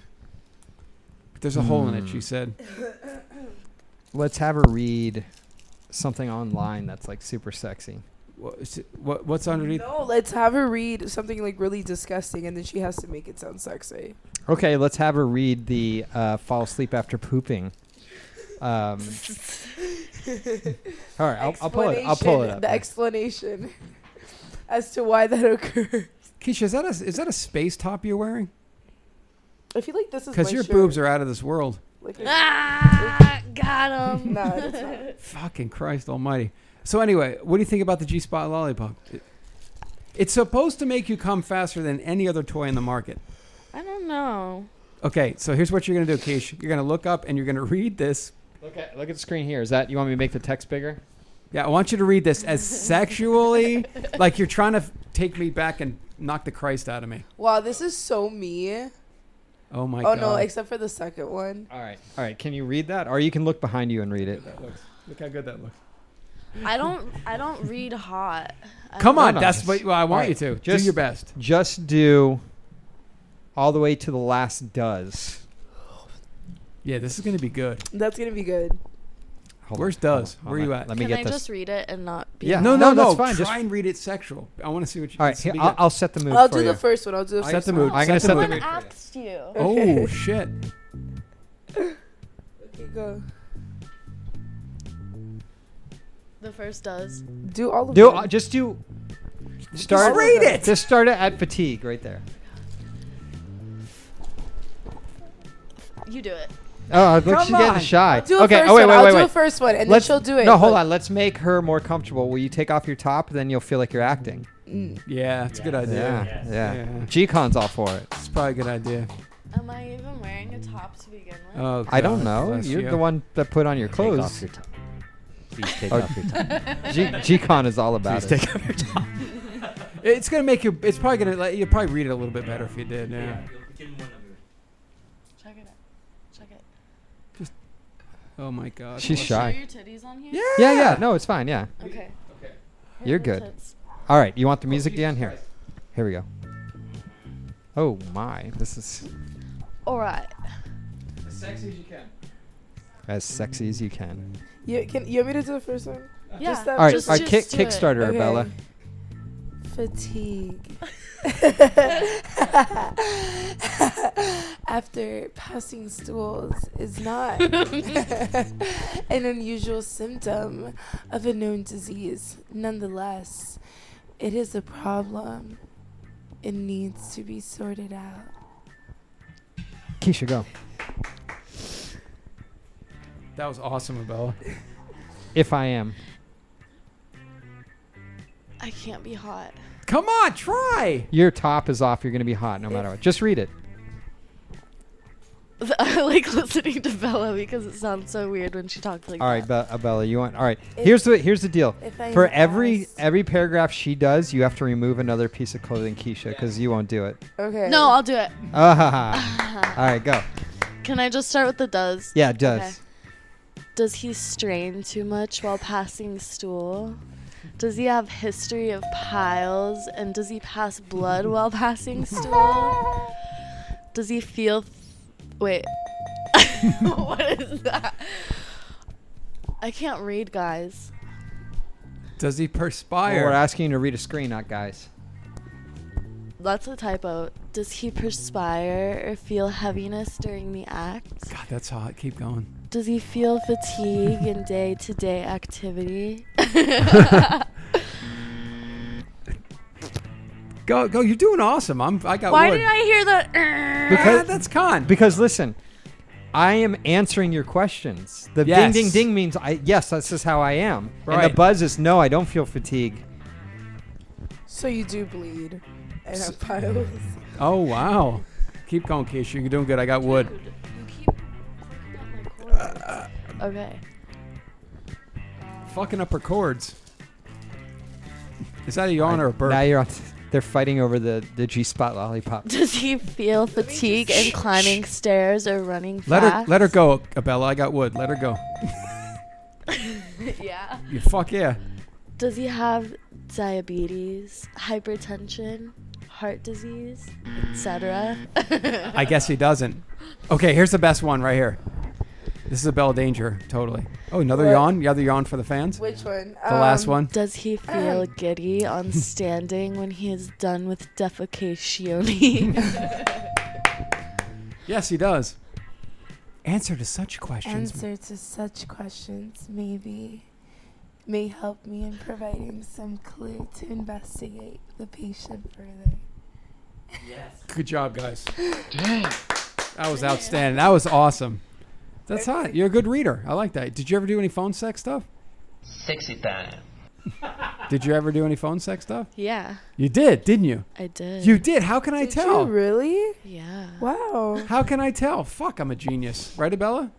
S3: There's a hole in it.
S2: Hmm.
S3: She said.
S2: let's have her read something online that's like super sexy.
S3: Wha- s- what- What's underneath?
S1: no, let's have her read something like really disgusting, and then she has to make it sound sexy.
S2: Okay, let's have her read the uh, fall asleep after pooping. Um, all right, I'll, I'll pull it. I'll pull it
S1: Explanation-
S2: up.
S1: The explanation as to why that occurred.
S3: Keisha, is that a is that a space top you're wearing?
S1: I feel like this is
S3: Because
S1: my
S3: your
S1: shirt.
S3: boobs are out of this world.
S1: Like,
S4: Ah! Got him!
S1: nah, it's not.
S3: Fucking Christ Almighty. So anyway, what do you think about the G Spot lollipop? It- It's supposed to make you come faster than any other toy in the market.
S4: I don't know.
S3: Okay, so here's what you're gonna do, Keish. You're gonna look up and you're gonna read this.
S2: Look at look at the screen here. Is that you want me to make the text bigger?
S3: Yeah, I want you to read this as sexually, like you're trying to f- take me back and knock the Christ out of me.
S1: Wow, this is so me.
S3: Oh my
S1: oh
S3: God.
S1: no, except for the second one.
S2: All right, all right. Can you read that, or you can look behind you and read it?
S3: That looks- Look how good that looks.
S4: I don't. I don't read hot. I
S3: Come
S4: don't-
S3: on,
S2: no,
S3: that's
S2: just-
S3: what well, I want
S2: all
S3: you
S2: right,
S3: to. do
S2: just-
S3: your best.
S2: Just do all the way to the last does.
S3: Yeah, this is gonna be good.
S1: That's gonna be good.
S2: Hold
S3: Where's
S2: hold
S3: does?
S2: hold
S3: Where you at?
S2: Let me
S4: Can
S2: get
S4: I
S2: this.
S4: just read it and not be?
S2: Yeah.
S3: No, no,
S2: No,
S3: no.
S2: that's fine,
S3: Try
S2: just-
S3: and read it sexual. I want to see what you.
S2: all right,
S3: this
S2: here,
S3: will be
S2: I'll,
S3: good.
S2: I'll set the mood
S1: I'll
S2: for
S1: do
S2: you.
S1: the first one. I'll do the
S3: Set
S1: first
S3: the
S1: one.
S3: mood.
S2: I'm gonna set the
S4: Someone
S2: mood.
S4: asked you.
S3: Oh shit.
S1: Okay, go.
S4: The first does.
S1: Do all of
S2: Do
S1: them.
S2: uh, just do. Start.
S1: read it!
S2: Just start it at fatigue right there.
S4: You do it.
S2: Oh, look,
S3: Come
S2: she's getting
S3: on.
S2: shy.
S1: do a
S2: okay.
S1: first
S2: oh wait,
S1: one.
S2: wait,
S1: I'll
S2: wait,
S1: do
S2: wait.
S1: a first one, and
S2: Let's-
S1: then she'll do it.
S2: No, hold
S1: Like,
S2: on. Let's make her more comfortable. Will you take off your top? Then you'll feel like you're acting.
S1: mm.
S3: Yeah, it's a good
S5: Yeah.
S3: idea.
S2: Yeah, yeah.
S3: Yeah.
S2: G-Con's all for it.
S3: It's probably a good idea.
S4: Am I even wearing a top to begin with?
S3: Oh,
S2: I don't
S3: God
S2: know.
S3: bless
S2: You're
S3: you.
S2: the one that put on your
S5: Take off
S2: clothes.
S5: your top. Please take
S2: Oh.
S5: off your top.
S2: G- G-Con is all about it.
S5: off your top.
S3: It's gonna make you. It's probably gonna. Let, you'd probably read it a little bit better if you did. Yeah.
S4: Check it out. Check it.
S3: Oh my God.
S2: She's
S3: Bless-
S2: shy.
S4: Show your titties on here.
S3: Yeah.
S2: Yeah, yeah. No, it's fine. Yeah.
S4: Okay.
S2: You're good. All right. You
S5: Oh,
S2: want the music down here? Here we go. Oh my, this is
S4: All right.
S3: As sexy as you can.
S2: as sexy as you can.
S1: You can you want me to do the first one?
S4: Yeah.
S1: Just that-
S2: All right,
S1: Just-
S2: all right. Kick,
S4: do it.
S2: Kickstarter,
S1: Okay.
S2: Bella.
S1: fatigue. After passing stools is not an unusual symptom of a known disease. Nonetheless, it is a problem. It needs to be sorted out.
S2: Keisha, go.
S3: That was awesome, Abella.
S2: If I am.
S4: I can't be hot.
S3: Come on, try.
S2: Your top is off. You're going to be hot no matter what. Just read it.
S4: I like listening to Bella because it sounds so weird when she talks like
S2: All right,
S4: that.
S2: Be- Abella, you want. All right.
S1: If-
S2: Here's the here's the deal.
S1: If I
S2: For
S1: am
S2: every
S1: asked-
S2: every paragraph she does, you have to remove another piece of clothing, Keisha, because you won't do it.
S1: Okay.
S4: No, I'll do it. Uh-huh.
S2: Ah, ha, ha. All right, go.
S4: Can I just start with the does?
S2: Yeah, it does.
S4: Okay. Does he strain too much while passing stool? Does he have history of piles? And does he pass blood while passing stool? Does he feel? Th- Wait, what is that? I can't read, guys.
S3: Does he
S2: Well,
S3: perspire?
S2: we're asking you to read a screen, not guys.
S4: That's a typo. Does he perspire or feel heaviness during the act?
S3: God, that's hot. Keep going.
S4: Does he feel fatigue in day to day activity?
S3: Go, go. You're doing awesome. I'm. I got.
S4: Why
S3: wood.
S4: did I hear the?
S3: Because that's con.
S2: Because listen, I am answering your questions. The
S3: Yes.
S2: ding ding ding means I yes, this is how I am. And
S3: Right.
S2: the buzz is no, I don't feel fatigue.
S1: So you do bleed and have piles.
S3: Oh wow. Keep going, Keisha. You're doing good. I got wood.
S4: Okay.
S3: Fucking up her chords. Is that a yawn or a burp?
S2: Now you're on they're fighting over the, the G spot lollipop.
S4: Does he feel fatigue in climbing stairs or running
S3: let her
S4: fast?
S3: let her go, Abella. I got wood. Let her go.
S4: Yeah.
S3: You fuck yeah.
S4: Does he have diabetes, hypertension, heart disease, etc.?
S3: I guess he doesn't. Okay, here's the best one right here. This is Abella Danger. Totally. Oh, another
S1: What? um,
S3: yawn. Another yawn for the fans. The
S1: Which one? The
S3: last one.
S4: Does he feel
S1: Um.
S4: giddy on standing when he is done with defecation?
S3: Yes, he does. Answer to such questions.
S1: Answer to such questions maybe may help me in providing some clue to investigate the patient further.
S3: Good job, guys. That was outstanding. That was awesome. That's hot. You're a good reader. I like that. Did you ever do any phone sex stuff?
S9: Sexy time.
S3: Did you ever do any phone sex stuff?
S4: yeah,
S3: You did, didn't you?
S4: I did.
S3: You did. How can I
S1: Did
S3: tell?
S1: you really?
S4: yeah.
S1: Wow.
S3: How can I tell? Fuck, I'm a genius. Right, Abella?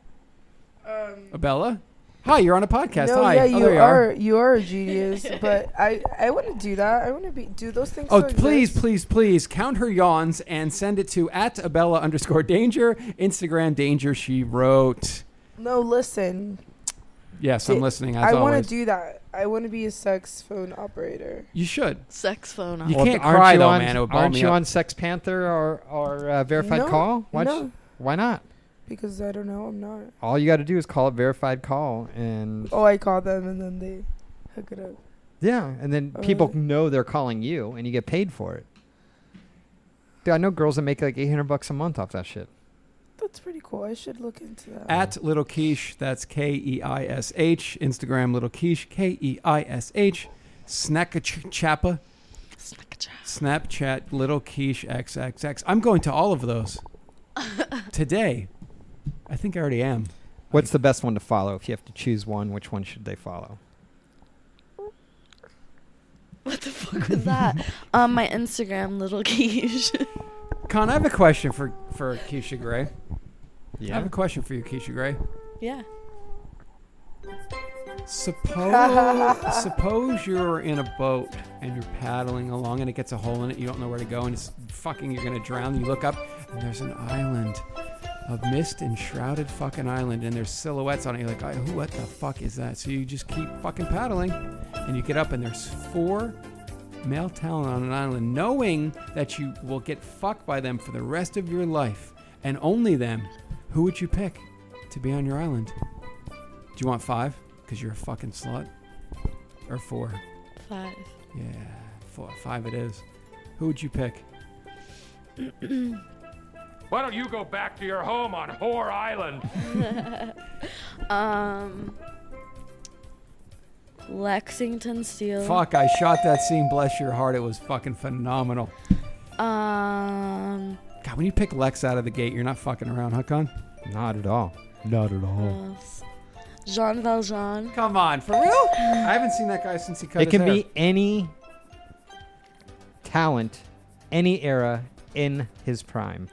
S1: Um,
S3: Abella? Hi, you're on a podcast.
S1: no,
S3: Hi.
S1: yeah,
S3: Oh,
S1: you
S3: there
S1: are. You are a genius, but I I want to do that. I want to be do those things.
S3: Oh,
S1: still
S3: please,
S1: exist?
S3: please, please count her yawns and send it to at Abella underscore danger, Instagram danger she wrote.
S1: No, listen.
S3: Yes, I'm
S1: Did-
S3: listening. As
S1: I want
S3: always.
S1: to do that. I want to be a sex phone operator.
S3: you should.
S4: Sex phone.
S3: You
S4: off.
S3: can't
S2: aren't
S3: cry
S2: you
S3: though,
S2: on,
S3: man. It would ball
S2: aren't
S3: me
S2: you
S3: up.
S2: on Sex Panther or or uh, verified
S1: No,
S2: call? Why
S1: no.
S2: sh- why not?
S1: Because I don't know, I'm not.
S2: All you got to do is call it verified call, and
S1: Oh, I call them and then they hook it up.
S2: yeah, and then
S1: Oh,
S2: people
S1: really?
S2: know they're calling you, and you get paid for it. Dude, I know girls that make like eight hundred bucks a month off that shit.
S1: That's pretty cool. I should look into that.
S3: At Little Quiche, that's K E I S H. Instagram Little Quiche, K E I S H. Snack Chappa,
S4: Smack a jaw.
S3: Snapchat Little Quiche XXX. I'm going to all of those today. I think I already am.
S2: What's the best one to follow? If you have to choose one, which one should they follow?
S4: What the fuck was that? um, my Instagram, little quiche.
S3: Con, I have a question for, for Keisha Gray. I have
S2: Yeah.
S3: a question for you, Keisha Gray.
S4: yeah.
S3: Suppose suppose you're in a boat and you're paddling along and it gets a hole in it. You don't know where to go and it's fucking you're gonna drown. You look up and there's an island, a mist enshrouded fucking island, and there's silhouettes on it. You're like, "I- who? What the fuck is that? So you just keep fucking paddling, and you get up and there's four male talent on an island, knowing that you will get fucked by them for the rest of your life and only them. Who would you pick to be on your island? Do you want five? Because you're a fucking slut. Or four.
S4: Five.
S3: Yeah, f- five it is. Who would you pick?
S10: Why don't you go back to your home on Whore Island?
S4: Um, Lexington Steel.
S3: Fuck! I shot that scene. Bless your heart. It was fucking phenomenal.
S4: Um,
S3: God, when you pick Lex out of the gate, you're not fucking around, huh, Con?
S2: Not at all. Not at
S4: who else? Jean Valjean.
S3: Come on, for real? I haven't seen that guy since he cut
S2: It
S3: his
S2: can
S3: hair.
S2: be any talent, any era in his prime.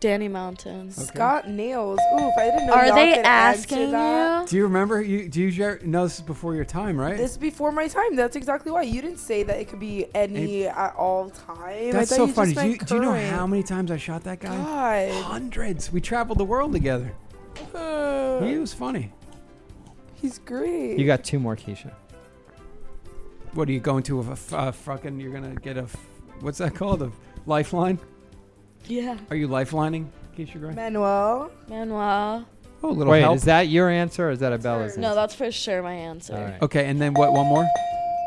S4: Danny Mountain.
S1: Scott Nails. Ooh, if I didn't know.
S4: Are
S1: y'all
S4: they
S1: could answer
S4: asking
S1: that.
S4: you?
S3: Do you remember? You do you ger- no? This is before your time, right?
S1: This is before my time. That's exactly why you didn't say that it could be any at all time.
S3: That's
S1: I thought
S3: so
S1: you
S3: funny.
S1: Just
S3: Do you,
S1: meant
S3: do you know
S1: current.
S3: how many times I shot that guy?
S1: God,
S3: Hundreds. We traveled the world together.
S1: Uh,
S3: He was funny.
S1: he's great.
S2: You got two more, Keisha.
S3: What are you going to a, f- a fucking? You're gonna get a f- what's that called? A lifeline?
S4: Yeah.
S3: Are you lifelining, Keisha Gray?
S1: Manuel.
S4: Manuel.
S3: Oh, a little
S2: Wait,
S3: help.
S2: is that your answer or is that a Bella's
S4: No,
S2: answer?
S4: that's for sure my answer.
S2: All right.
S3: okay, and then what? One more?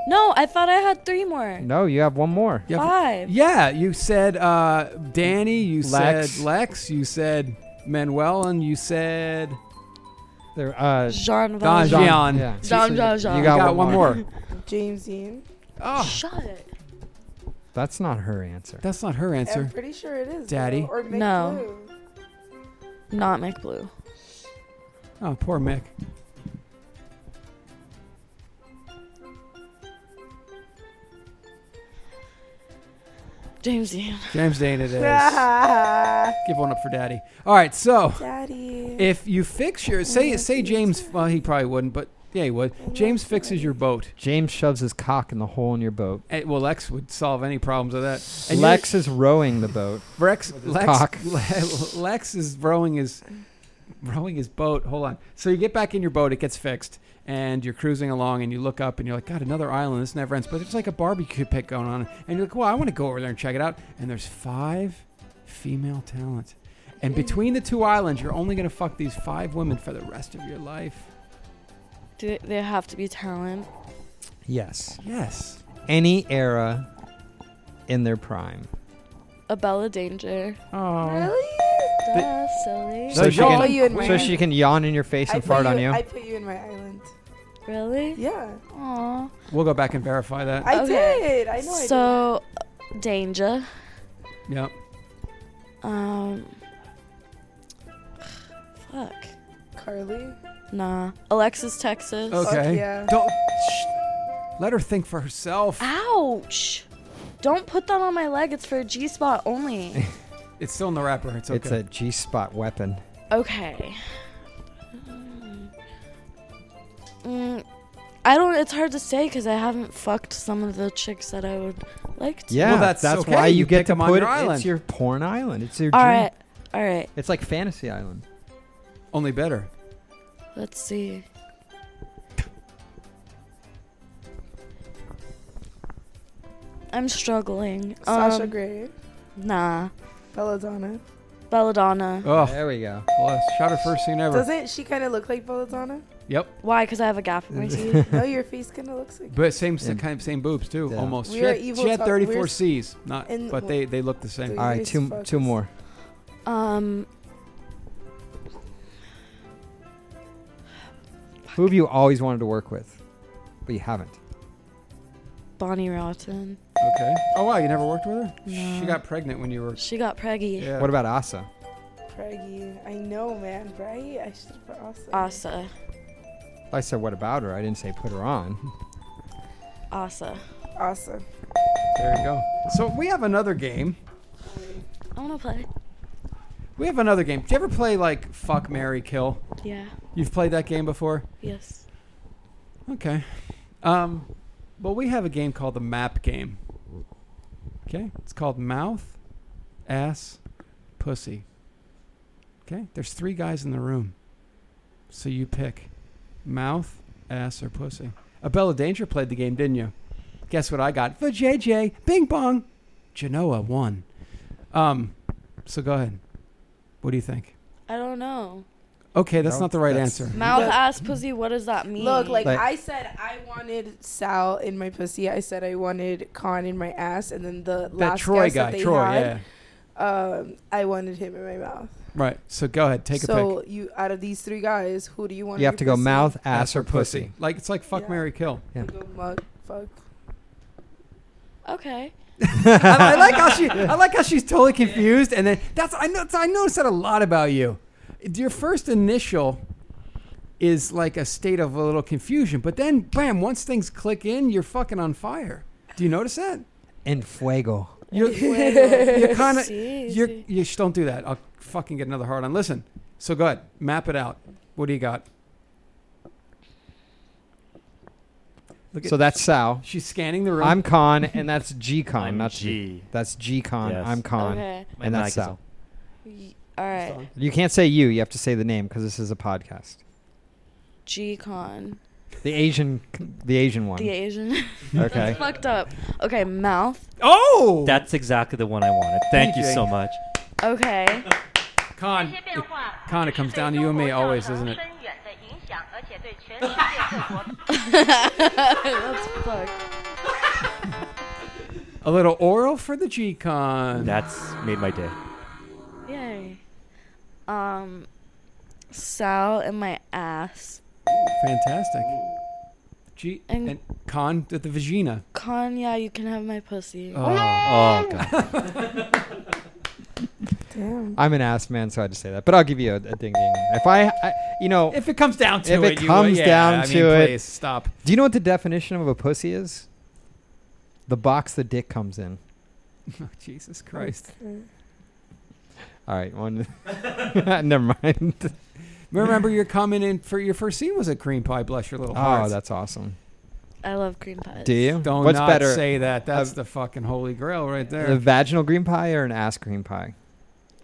S4: No, I thought I had three more.
S2: No, you have one more.
S3: You have-
S4: Five.
S3: Yeah, you said uh, Danny. You
S2: Lex.
S3: said Lex. You said Manuel, and you said
S2: There, uh,
S4: Jean
S3: Don
S4: Valjean.
S3: Gian.
S2: yeah.
S4: Jean
S2: You
S4: Valjean.
S2: got,
S3: Got one more.
S1: James Dean.
S3: oh,
S4: Shut it.
S2: That's not her answer.
S3: that's not her
S1: I'm
S3: answer.
S1: pretty sure it is.
S3: Daddy.
S1: though, or Mick
S4: No.
S1: Blue.
S4: Not McBlue.
S3: Oh, poor Mick.
S4: James Ian.
S3: James Dane it is.
S1: Daddy.
S3: Give one up for Daddy. All right, so if you fix your say say James, well he probably wouldn't, but yeah he would. James fixes your boat.
S2: James shoves his cock in the hole in your boat.
S3: Eh, well, Lex would solve any problems of that. you-
S2: Lex is rowing the boat.
S3: Rex,
S2: his
S3: Lex,
S2: cock.
S3: Le- Lex is rowing his rowing his boat. Hold on. So you get back in your boat, it gets fixed, and you're cruising along, and you look up, and you're like, God, another island. This never ends. But there's like a barbecue pit going on, and you're like, Well, I want to go over there and check it out. And there's five female talent, and between the two islands, you're only gonna fuck these five women for the rest of your life.
S4: Do they- they have to be talent?
S2: Yes.
S3: Yes.
S2: Any era in their prime.
S4: A Bella Danger.
S3: Oh.
S4: Duh, silly.
S3: So
S2: she
S3: y'all-
S2: can,
S1: Oh, you and
S2: so
S1: Wayne.
S2: she can yawn in your face
S1: I
S2: and
S1: put
S2: fart on you.
S1: I put you in my island.
S4: Really?
S1: Yeah,
S4: Aw.
S3: We'll go back and verify that.
S1: I
S4: Okay.
S1: did. I know. I
S4: So, Danger.
S3: Yep.
S4: Um. Fuck.
S1: did. Carly.
S4: Nah. Alexis, Texas.
S3: Okay.
S1: yeah.
S3: Don't. Shh. Let her think for herself.
S4: Ouch! Don't put that on my leg. It's for a G spot only.
S3: It's still in the wrapper. It's okay.
S2: It's a G spot weapon.
S4: okay. Mm, I don't. It's hard to say because I haven't fucked some of the chicks that I would like to.
S2: Yeah,
S3: that's
S2: that's,
S3: okay.
S2: why
S3: You
S2: you,
S3: pick
S2: get to
S3: 'em on
S2: put
S3: your
S2: it-
S3: island.
S2: It's your porn island. It's your
S4: All
S2: dream.
S4: right. All right.
S2: It's like fantasy island.
S3: Only better.
S4: Let's see. I'm struggling.
S1: Sasha
S4: Um,
S1: Grey.
S4: Nah.
S1: Belladonna.
S4: Belladonna.
S3: Oh,
S2: There we go.
S3: bless. Shot her first scene ever.
S1: Doesn't she kind of look like Belladonna?
S3: yep.
S4: Why? Because I have a gap in my teeth.
S1: no, your face kind of looks like.
S3: But same s
S2: Yeah.
S3: kind of same boobs too.
S2: Yeah.
S3: Almost.
S1: We
S3: she
S1: are
S3: had,
S1: evil
S3: she had
S1: talk-
S3: 34
S1: we're s-
S3: C's. Not,
S1: in-
S3: but they they look the same.
S1: Dude.
S2: All right,
S1: Yes,
S2: two
S1: fuck
S2: two
S1: us.
S2: more.
S4: Um.
S2: Who have you always wanted to work with, but you haven't?
S4: Bonnie Rotten.
S3: Okay. Oh wow, you never worked with her? She
S4: No.
S3: got pregnant when you were.
S4: She got preggy.
S3: Yeah.
S2: What about Asa?
S1: Craigie. I know, man. Right? I should have put Asa.
S4: Asa.
S2: I said, what about her? I didn't say put her on.
S4: Asa.
S1: Asa.
S3: There you go. So we have another game.
S4: I want to play.
S3: We have another game. Did you ever play like Fuck Mary Kill?
S4: Yeah.
S3: You've played that game before?
S4: Yes.
S3: Okay. Um, well, we have a game called the Map Game. Okay, it's called Mouth, Ass, Pussy. Okay, there's three guys in the room, so you pick mouth, ass, or pussy. Abella Danger played the game, didn't you? Guess what I got? For JJ, Bing Bong, Genoa won. Um, so go ahead. What do you think?
S4: I don't know.
S3: Okay, that's
S2: No,
S3: not the right
S2: that's-
S3: answer.
S4: Mouth,
S1: Look.
S4: ass, pussy. What does that mean?
S1: Look, like,
S2: Like-
S1: I said, I wanted Sal in my pussy. I said I wanted Khan in my ass, and then the
S3: That
S1: last
S3: Troy
S1: guest
S3: guy,
S1: that they
S3: Troy,
S1: had,
S3: yeah.
S1: um, I wanted him in my mouth.
S3: Right. So go ahead, take a pick.
S1: so you, out of these three guys, who do you want?
S2: You
S1: in
S2: have
S1: your
S2: to go
S1: pussy?
S2: mouth, ass, or pussy.
S3: Like it's like fuck,
S1: Yeah.
S3: Mary, kill.
S2: Yeah.
S1: You go mug, fuck.
S4: okay.
S3: I, I like how she. I like how she's totally confused, and then that's. I know. I noticed that a lot about you. Your first initial is like a state of a little confusion, but then, bam! Once things click in, you're fucking on fire. Do you notice that?
S2: En fuego.
S3: You're,
S4: Fuego.
S3: you're kind of.
S4: Sí,
S3: You're.
S4: sí.
S3: You sh- don't do that. I'll fucking get another hard on. Listen. So go ahead. Map it out. What do you got? Look at,
S2: So that's Sal.
S3: she's scanning the room.
S2: I'm Con, and that's G Con.
S5: I'm
S2: That's
S5: G.
S2: That's G Con.
S5: Yes.
S2: I'm Con,
S4: Okay.
S5: My
S2: and
S5: mic
S2: that's
S5: is
S2: Sal.
S4: Y- All right.
S2: You can't say you. You have to say the name because this is a podcast.
S4: G con.
S2: The Asian, the Asian one.
S4: The Asian.
S2: okay.
S4: That's fucked up. Okay, mouth.
S3: Oh,
S5: That's exactly the one I wanted. Thank you
S3: DJ.
S5: so much.
S4: Okay.
S3: Con. It, Con, it comes down to you and me always, doesn't it?
S4: That's fucked.
S3: A little oral for the G Con.
S5: That's made my day.
S4: Yay. Um, Sal in my ass.
S3: Fantastic. G
S4: And-
S3: and, con at the vagina.
S4: Con, yeah, you can have my pussy.
S3: Oh.
S5: Oh god.
S1: Damn.
S2: I'm an ass man, so I had to say that. But I'll give you a, a ding ding. If I, I, you know,
S3: If it comes down to
S2: Oh. If
S3: it,
S2: it
S3: you-
S2: comes
S3: yeah,
S2: down
S3: I mean,
S2: to it.
S3: please, stop.
S2: do you know what the definition of a pussy is? The box the dick comes in.
S3: Oh, Jesus Christ!
S2: All right, one. Never mind.
S3: Remember your comment in for your first scene was a cream pie. Bless your little heart.
S2: Oh, that's awesome.
S4: I love cream pies.
S2: Do you?
S3: Don't
S2: What's
S3: not
S2: better,
S3: say that. That's
S2: Uh,
S3: the fucking holy grail right
S2: a
S3: there.
S2: vaginal green pie or an ass green pie?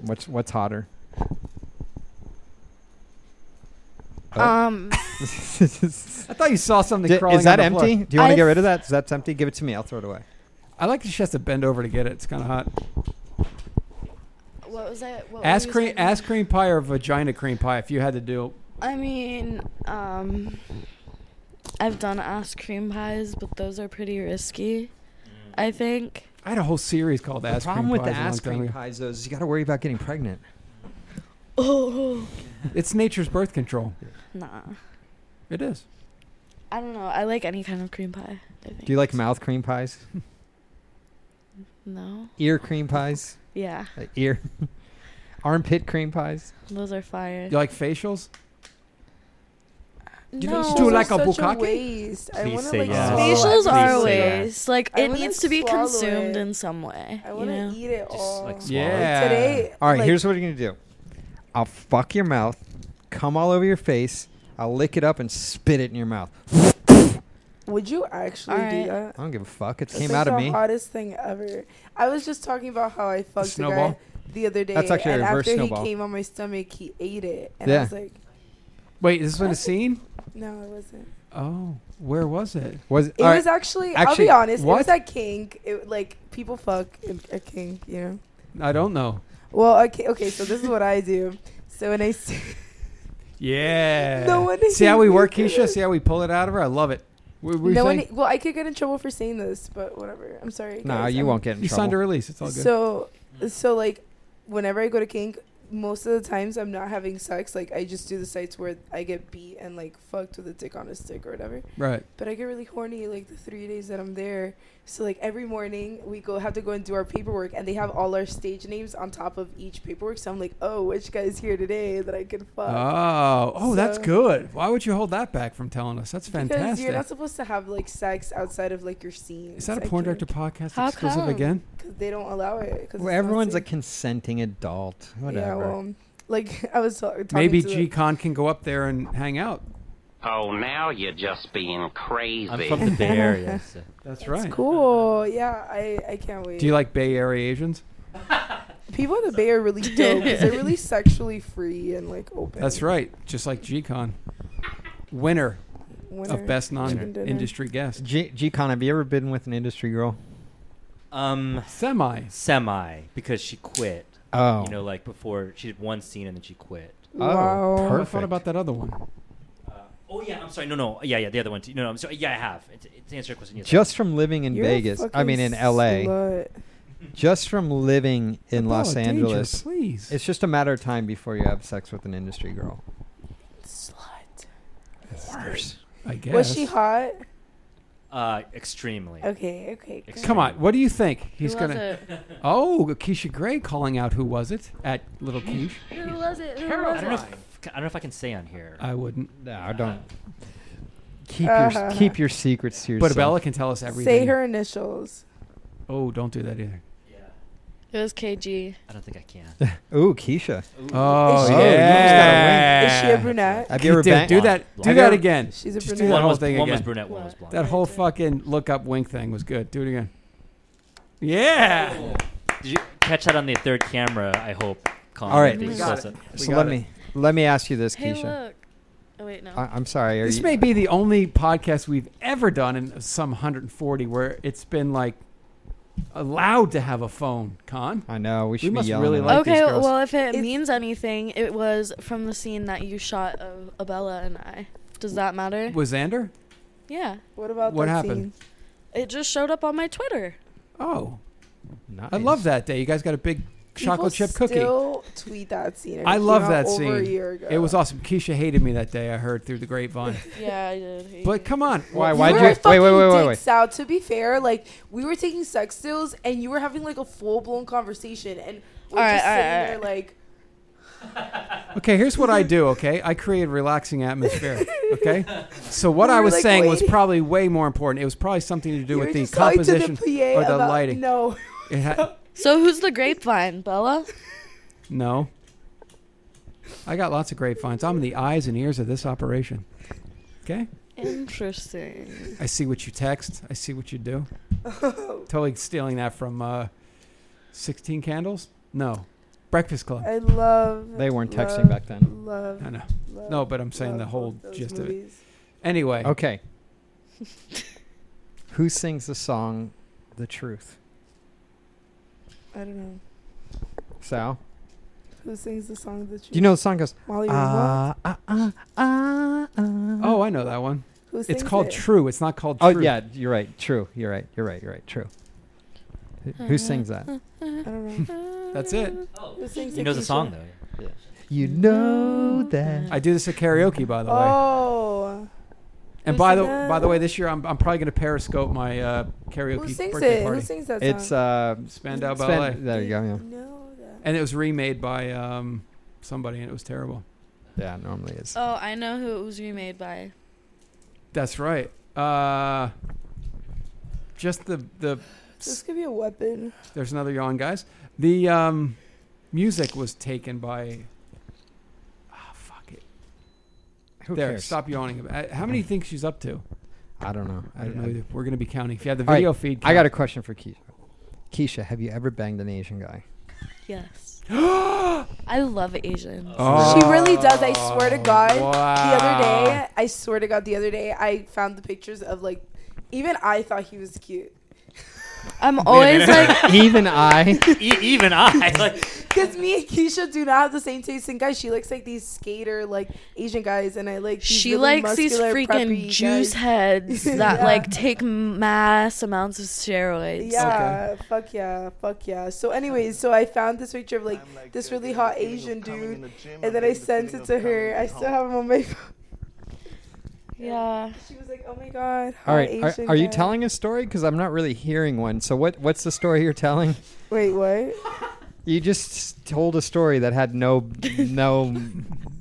S2: What's what's hotter? Oh.
S4: Um,
S3: I thought you saw something
S2: Di-
S3: crawling.
S2: is that
S3: on the floor.
S2: empty? Do you want to
S4: I've-
S2: get rid of that? Is that empty? Give it to me. I'll throw it away.
S3: I like that she has to bend over to get it. It's kind of hot.
S4: what was Oh, that? What
S3: Ass
S4: were you
S3: cream,
S4: saying?
S3: ass cream pie or vagina cream pie? If you had to do,
S4: I mean, um, I've done ass cream pies, but those are pretty risky. I think.
S3: I had a whole series called
S2: The
S3: Oh, ass
S2: problem
S3: cream
S2: with the
S3: pies a long
S2: ass
S3: time
S2: cream
S3: ago.
S2: pies, though, is you got to worry about getting pregnant.
S4: Oh,
S3: It's nature's birth control.
S4: nah.
S3: It is.
S4: I don't know. I like any kind of cream pie. I think.
S2: Do you like mouth cream pies?
S4: No.
S2: Ear cream pies?
S4: Yeah,
S2: Uh, ear? Armpit cream pies?
S4: those are fire.
S3: You like facials?
S4: no.
S3: you think it's too
S1: Those are
S3: like a
S1: such
S3: bukkake?
S1: waste. I
S5: Please
S1: want to
S5: say
S1: like
S5: yes.
S1: swallow
S4: Facials
S1: every
S4: are a
S1: single-
S5: way-
S4: waste. Like
S1: I
S4: it
S1: wanna
S4: needs to be
S1: swallow
S4: consumed
S1: it.
S4: in some way.
S1: I
S4: you
S1: want to
S4: know.
S1: eat it all.
S2: Oh.
S5: like, swallow it.
S3: Yeah.
S1: Today.
S2: All right,
S1: like,
S2: here's what you're going to do I'll fuck your mouth, come all over your face, I'll lick it up and spit it in your mouth.
S1: Would you actually
S4: Alright.
S1: do that?
S2: I don't give a fuck. It
S1: That's,
S2: came
S1: like,
S2: out of
S1: the
S2: me.
S1: Hottest thing ever. I was just talking about how I fucked a
S3: snowball?
S1: guy the other day.
S2: That's actually a
S1: and
S2: reverse
S1: after
S2: snowball.
S1: he came on my stomach, he ate it, and
S2: Yeah.
S1: I was like,
S3: Wait, is this been a scene?
S1: "No, it wasn't."
S3: Oh, where was it?
S2: Was
S1: It
S2: all right,
S1: was actually, I'll
S2: Actually,
S1: be honest. It
S3: what?
S1: was at King. It like people fuck in- at King, you know.
S3: I don't know.
S1: Well, okay, okay. So this is what I do. So when I s-
S3: Yeah.
S1: No one
S3: See how we
S1: hates
S3: work,
S1: me for
S3: Keisha? See how we pull it out of her? I love it. What were you
S1: no one, e,
S3: saying?
S1: well, I could get in trouble for saying this, but whatever. I'm sorry.
S2: no,
S1: guys,
S2: you
S1: I'm-
S2: won't get in
S3: You signed a
S2: trouble.
S3: release. It's all good.
S1: So, so like, whenever I go to kink, most of the times I'm not having sex. Like, I just do the sites where I get beat and like fucked with a dick on a stick or whatever.
S3: right.
S1: But I get really horny like the three days that I'm there. So like every morning we go have to go and do our paperwork, and they have all our stage names on top of each paperwork. So I'm like, oh, which guy's here today that I can fuck?
S3: Oh, oh, that's
S1: uh, So-
S3: good. Why would you hold that back from telling us? That's
S1: Because
S3: fantastic.
S1: you're not supposed to have like sex outside of like your scene.
S3: Is that a porn director podcast
S4: How
S3: exclusive
S4: come?
S3: again?
S1: Because they don't allow it. 'cause it's
S2: Well,
S1: not
S2: everyone's a
S1: safe.
S2: consenting adult. Whatever.
S1: Yeah, well, like I was ta- talking.
S3: Maybe
S1: to
S3: G
S1: the-
S3: Con can go up there and hang out.
S9: Oh, now you're just being crazy.
S5: I'm from the Bay Area. so-
S3: That's right.
S1: Cool. Yeah, I I can't wait.
S3: Do you like Bay Area Asians?
S1: People in the Bay are really dope because they're really sexually free and like open.
S3: That's right. Just like G Con. Winner
S1: Winner.
S3: of best non
S1: Winner.
S3: industry guest.
S2: G G-Con, have you ever been with an industry girl?
S5: Um,
S3: Semi.
S5: semi because she quit.
S2: Oh.
S5: You know, like before she did one scene and then she quit.
S1: Wow.
S2: Oh,
S1: What
S3: What thought
S2: perfect.
S3: about that other one?
S5: Oh yeah, I'm sorry. No, no, yeah, yeah, the other one. Too. No, no, I'm sorry. Yeah, I have. It's, it's to answer your question. Yes, I
S2: Just from living in
S1: You're a
S2: Vegas, I
S1: fucking
S2: mean in LA,
S1: slut.
S2: just from living in
S3: Adela,
S2: Los
S3: danger,
S2: Angeles,
S3: please.
S2: it's just a matter of time before you have sex with an industry girl.
S1: Slut.
S3: worse. I guess.
S1: Was she hot?
S5: have. Uh, extremely.
S1: Okay, okay. good.
S3: Come on, what do you think? He's
S4: Who was
S3: gonna. Oh, Keisha Gray calling out who was it at Little Keish.
S4: it? Who was it? Who
S5: Carol, I
S4: was
S5: don't, know
S4: it?
S5: if, I don't know if I can say on here. Uh,
S3: I wouldn't.
S2: No, I don't. Keep your keep your secrets to yourself.
S3: But Bella can tell us everything.
S1: Say her initials.
S3: Oh, don't do that either.
S4: It was KG.
S5: I don't think I can.
S2: Ooh, Keisha.
S3: Oh,
S1: she-
S2: Oh, you just
S3: yeah.
S1: Is she a brunette?
S2: Have you ever
S3: Dude,
S2: banged?
S3: do that? Do
S5: Have
S3: that
S2: you-
S3: again.
S1: She's a
S3: Just do
S1: brunette.
S3: that
S5: one
S3: whole
S5: was
S3: thing
S5: one was
S3: again.
S5: brunette, one was blonde.
S3: That whole fucking look up wink thing was good. Do it again. Yeah.
S5: Did you catch that on the third camera? I hope. Colin,
S2: All right.
S5: because
S2: We
S3: got
S5: that's a-
S2: So
S3: We
S2: let
S3: got it.
S2: me let me ask you this,
S4: Hey,
S2: Keisha.
S4: look. Oh wait, no.
S2: I, I'm sorry. Are
S3: This
S2: you,
S3: may be the only podcast we've ever done in some 140 where it's been like allowed to have a phone. Con.
S2: I know we should be
S3: must
S2: yelling.
S3: really
S2: at
S3: like
S4: okay,
S3: these girls.
S4: well, if it
S1: It's-
S4: means anything, it was from the scene that you shot of Abella and I. Does that matter?
S3: Was Xander?
S4: Yeah.
S1: What about
S3: What
S1: that
S3: happened?
S1: scene?
S4: It just showed up on my Twitter.
S3: Oh,
S2: Nice.
S3: I love that day. You guys got a big chocolate
S1: People
S3: chip cookie.
S1: Still tweet that scene. It
S3: I
S1: came
S3: love
S1: out
S3: that
S1: over
S3: scene.
S1: A year ago.
S3: It was awesome. Keisha hated me that day. I heard through the grapevine.
S4: Yeah, I did.
S3: but come on,
S2: Why?
S1: You
S2: Why'd
S1: were
S2: you? Wait, wait,
S1: fucking
S2: wait, wait, wait.
S1: dicks out. To be fair, like we were taking sex stills and you were having like a full blown conversation, and we're
S4: All right,
S1: just
S4: all
S1: sitting
S4: right,
S1: there
S4: all
S1: like,
S3: Okay, here's what I do, okay? I create a relaxing atmosphere, okay? So what
S1: We
S3: I
S1: were,
S3: was
S1: like,
S3: saying was
S1: waiting.
S3: probably way more important. It was probably something to do
S1: you were
S3: with the
S1: just talking
S3: composition
S1: to the PA
S3: or the
S1: about,
S3: lighting.
S1: No,
S3: It ha-
S4: So who's the grapevine, Bella?
S3: no. I got lots of grapevines. I'm in the eyes and ears of this operation. Okay?
S4: Interesting.
S3: I see what you text. I see what you do. Totally stealing that from uh, 16 Candles? No. Breakfast Club.
S1: I love.
S2: They weren't
S1: love,
S2: texting back then.
S1: Love,
S3: I know.
S1: love,
S3: No, but I'm saying
S1: love
S3: the whole
S1: both uh, those
S3: gist of it.
S1: movies. Uh-huh.
S3: Anyway,
S2: Okay. Who sings the song "The Truth"?
S1: I don't know
S2: Sal,
S1: who sings the song that
S2: do you know the song goes?
S1: Molly Ringwald?
S2: Ah, ah, ah, ah, ah.
S3: oh, I know that one.
S1: Who sings
S3: It's called
S1: it?
S3: True. It's not called True.
S2: Oh yeah, you're right. True. You're right. You're right. You're right. True. Who- Who sings that?
S1: I don't know.
S3: That's it.
S1: Who sings
S5: You
S1: it,
S5: know the
S1: Keisha?
S5: song though.
S2: You know that.
S3: I do this at karaoke, by the way.
S1: Oh,
S3: And
S1: who
S3: by the
S1: sings it?
S3: by the way, this year I'm, I'm probably gonna periscope my uh, karaoke
S1: who sings
S3: birthday
S1: it?
S3: party.
S1: Who sings that song?
S2: It's uh.
S3: Spandau
S2: Span-
S3: Ballet,
S2: there you go. Yeah.
S1: No, that.
S3: and it was remade by um, somebody, and it was terrible.
S2: Yeah, it normally is.
S4: Oh, I know who it was remade by.
S3: That's right. Uh, just the the
S1: This could be a weapon.
S3: there's another yawn, guys. The um, music was taken by. Ah, fuck it.
S2: Who
S3: there,
S2: cares?
S3: stop yawning. about it. How many do you think she's up to?
S2: I don't know.
S3: I don't know. either. We're gonna be counting. If you have the
S2: All right,
S3: video feed,
S2: I got a
S3: count.
S2: question for Keisha. Keisha, have you ever banged an Asian guy?
S4: Yes. I love Asians.
S2: Oh.
S1: She really does. I swear to God. The other
S3: wow.
S1: day, I swear to God, the other day, I found the pictures of like, even I thought he was cute.
S4: I'm always like,
S2: Even I.
S5: E- even I like.
S1: Cause me and Keisha do not have the same taste in guys. She likes like these skater like Asian guys, and I like these
S4: she
S1: really
S4: likes these
S1: muscular,
S4: freaking
S1: preppy
S4: juice
S1: guys.
S4: heads that
S1: Yeah.
S4: like take mass amounts of steroids.
S1: Yeah, fuck yeah, fuck yeah. So, anyways, so I found this picture of like this really hot Asian dude, and then I sent it to her. I still have him on my phone.
S2: Oh.
S4: Yeah.
S1: She was like, "Oh my god."
S2: All
S1: hot
S2: right. Are,
S1: Asian
S2: are you
S1: guy."
S2: telling a story? Because I'm not really hearing one. So what? What's the story you're telling?
S1: Wait, what?
S2: You just told a story that had no, no,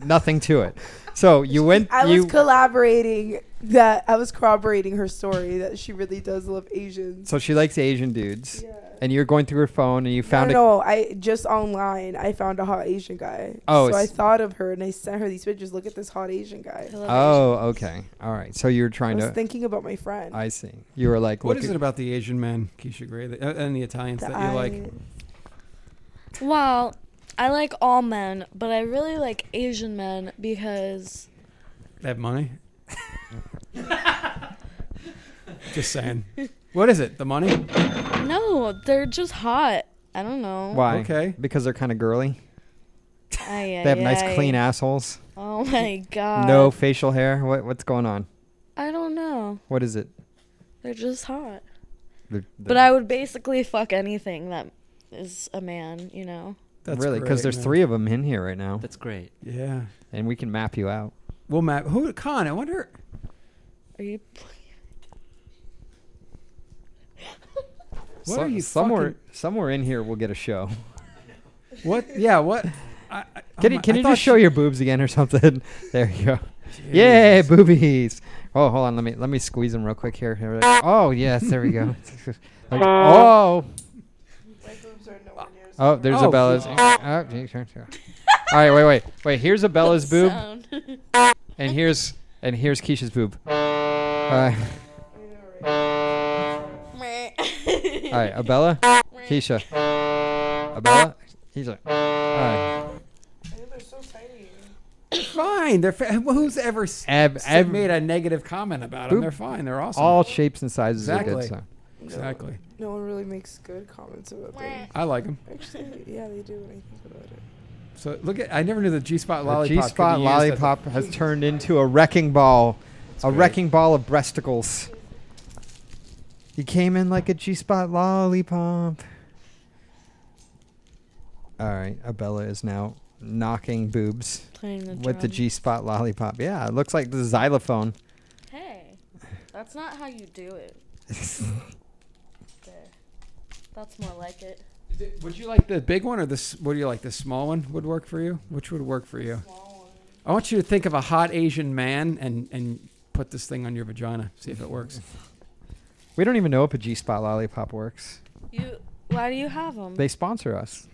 S2: nothing to it. So you went.
S1: I
S2: you,
S1: was collaborating that I was corroborating her story that she really does love Asians.
S2: So she likes Asian dudes,
S1: Yeah.
S2: and you're going through her phone, and you found
S1: no,
S2: a
S1: no, no, I just online I found a hot Asian guy.
S2: Oh,
S1: so I
S2: it's-
S1: thought of her and I sent her these pictures. Look at this hot Asian guy.
S4: I love
S2: Oh, okay. All right. So you're
S1: I
S2: trying
S1: was
S2: to.
S1: thinking about my friend.
S2: I see. You were like,
S3: What
S2: look
S3: is
S2: at-
S3: it about the Asian man, Keisha Gray, that, uh, and the Italians that
S1: The
S3: you like?
S1: eye-
S4: Asians. Well, I like all men, but I really like Asian men because
S3: They have money. Just saying. What is it? The money?
S4: no, they're just hot. I don't know.
S2: Why?
S3: Okay.
S2: Because they're kind of girly.
S4: Ay,
S2: they have
S4: ay,
S2: nice,
S4: ay.
S2: clean assholes.
S4: Oh my god.
S1: Uh,
S2: no facial hair. What what's going on?
S4: I don't know.
S2: What is it?
S4: They're just hot.
S2: They're-
S4: But
S2: they're-
S4: I would basically fuck anything that is a man, you know.
S3: That's
S2: really because
S3: great,
S2: there's
S3: man.
S2: three of them in here right now,
S5: That's great.
S3: Yeah.
S2: and we can map you out.
S3: Well, Matt, who? Con, I wonder.
S4: Are you
S3: What are you
S2: somewhere?
S3: fucking-
S2: Somewhere in here, we'll get a show.
S3: What? Yeah. What? I, I, oh
S2: Can you
S3: my-
S2: can
S3: I
S2: you
S3: thought
S2: just show your boobs again or something? there you go.
S3: Jeez.
S2: Yay, boobies! Oh, hold on. Let me let me squeeze them real quick here. Here we- Oh yes, there we go. Like- oh,
S1: My boobs are nowhere near. as
S2: oh, there's
S3: Oh,
S2: Abella's.
S3: fuck.
S2: Oh, gee, sure, sure. All right, wait, wait, wait. Here's Abella's boob,
S4: Sound.
S2: and here's and here's Keisha's boob. Uh, all right, Abella, Keisha, Abella, Keisha. All right.
S1: They're so tiny.
S3: Fine. They're fa- who's ever s-
S2: Ab-
S3: s-
S2: ab-
S3: made a negative comment about them?
S2: Boop.
S3: They're fine. They're awesome.
S2: All shapes and sizes are good.
S3: Exactly.
S2: So.
S3: exactly.
S1: No one really makes good comments about them.
S3: I like them.
S1: Actually, yeah, they do when I think about it.
S3: So look at. I never knew the G spot
S2: The
S3: lollipop. could
S2: G
S3: be
S2: spot
S3: used as a-
S2: lollipop has turned into a wrecking ball, a
S3: great.
S2: wrecking ball of breasticles. You came in like a G spot lollipop. All right, Abella is now knocking boobs
S4: Playing the
S2: with the
S4: drum.
S2: G spot lollipop. Yeah, it looks like the xylophone.
S4: Hey, that's not how you do it. There. That's more like it.
S3: Is it- Would you like the big one or this? What do you like? The small one would work for you. Which would work for you? I want you to think of a hot Asian man and and put this thing on your vagina. See if it works.
S2: We don't even know if a G spot lollipop works.
S4: You. Why do you have them?
S2: They sponsor us.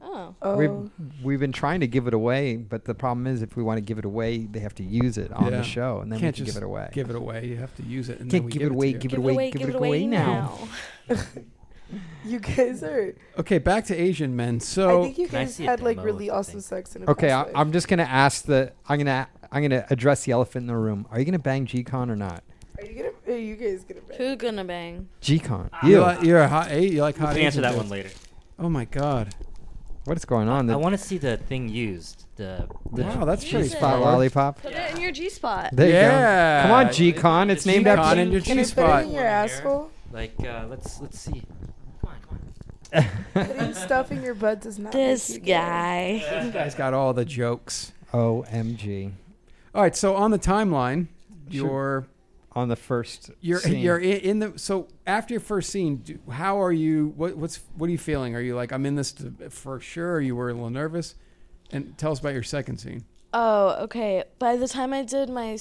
S4: oh.
S1: Oh,
S2: We've we've been trying to give it away, but the problem is if we want to give it away, they have to use it on
S3: Yeah.
S2: the show, and then
S3: Can't
S2: we can
S3: just
S2: give it away.
S3: Give it away. You have to use it. And then
S2: Can't
S3: we
S2: give it away.
S3: to you.
S2: Give it away. Give it away now.
S1: you guys are.
S3: Okay, back to Asian men. So
S1: I think you
S5: Can I
S1: guys
S5: see a
S1: had like
S5: demo
S1: really
S5: of the
S1: awesome
S5: thing?
S1: sex in a
S2: Okay, I,
S1: past life.
S2: I'm just gonna ask the. I'm gonna. I'm gonna address the elephant in the room. Are you gonna bang G-Con or not?
S1: Are you gonna? Are you guys gonna? bang?
S4: Who gonna bang?
S2: G-Con.
S3: you
S2: Ew.
S3: like, you're a hot. eh, You like
S5: We
S3: hot.
S5: can
S3: Asian
S5: answer that
S3: dudes.
S5: one later.
S3: Oh my god.
S2: What is going on?
S5: I
S2: The,
S5: want to see the thing used. The, the
S3: Wow, that's
S4: Use
S3: pretty
S4: it.
S2: spot
S3: spot
S4: Yeah.
S2: lollipop.
S4: Put it in your G spot.
S2: There
S3: Yeah.
S2: you go. Come on, G-Con. It's named
S3: G-Con
S2: after.
S3: in your
S1: Can
S3: G
S1: I put
S3: spot.
S1: it in your asshole?
S5: like. Uh, let's let's see. Come on, come on.
S1: Putting stuff in your butt does not. make
S4: This
S1: you gay.
S4: guy.
S3: This guy's got all the jokes.
S2: Omg.
S3: All right, so on the timeline,
S2: Sure.
S3: you're
S2: On the first.
S3: you're
S2: scene.
S3: you're i- in the so after your first scene, do, how are you? What what's what are you feeling? Are you like I'm in this to, for sure? Or you were a little nervous, and tell us about your second scene.
S4: Oh, okay. By the time I did my.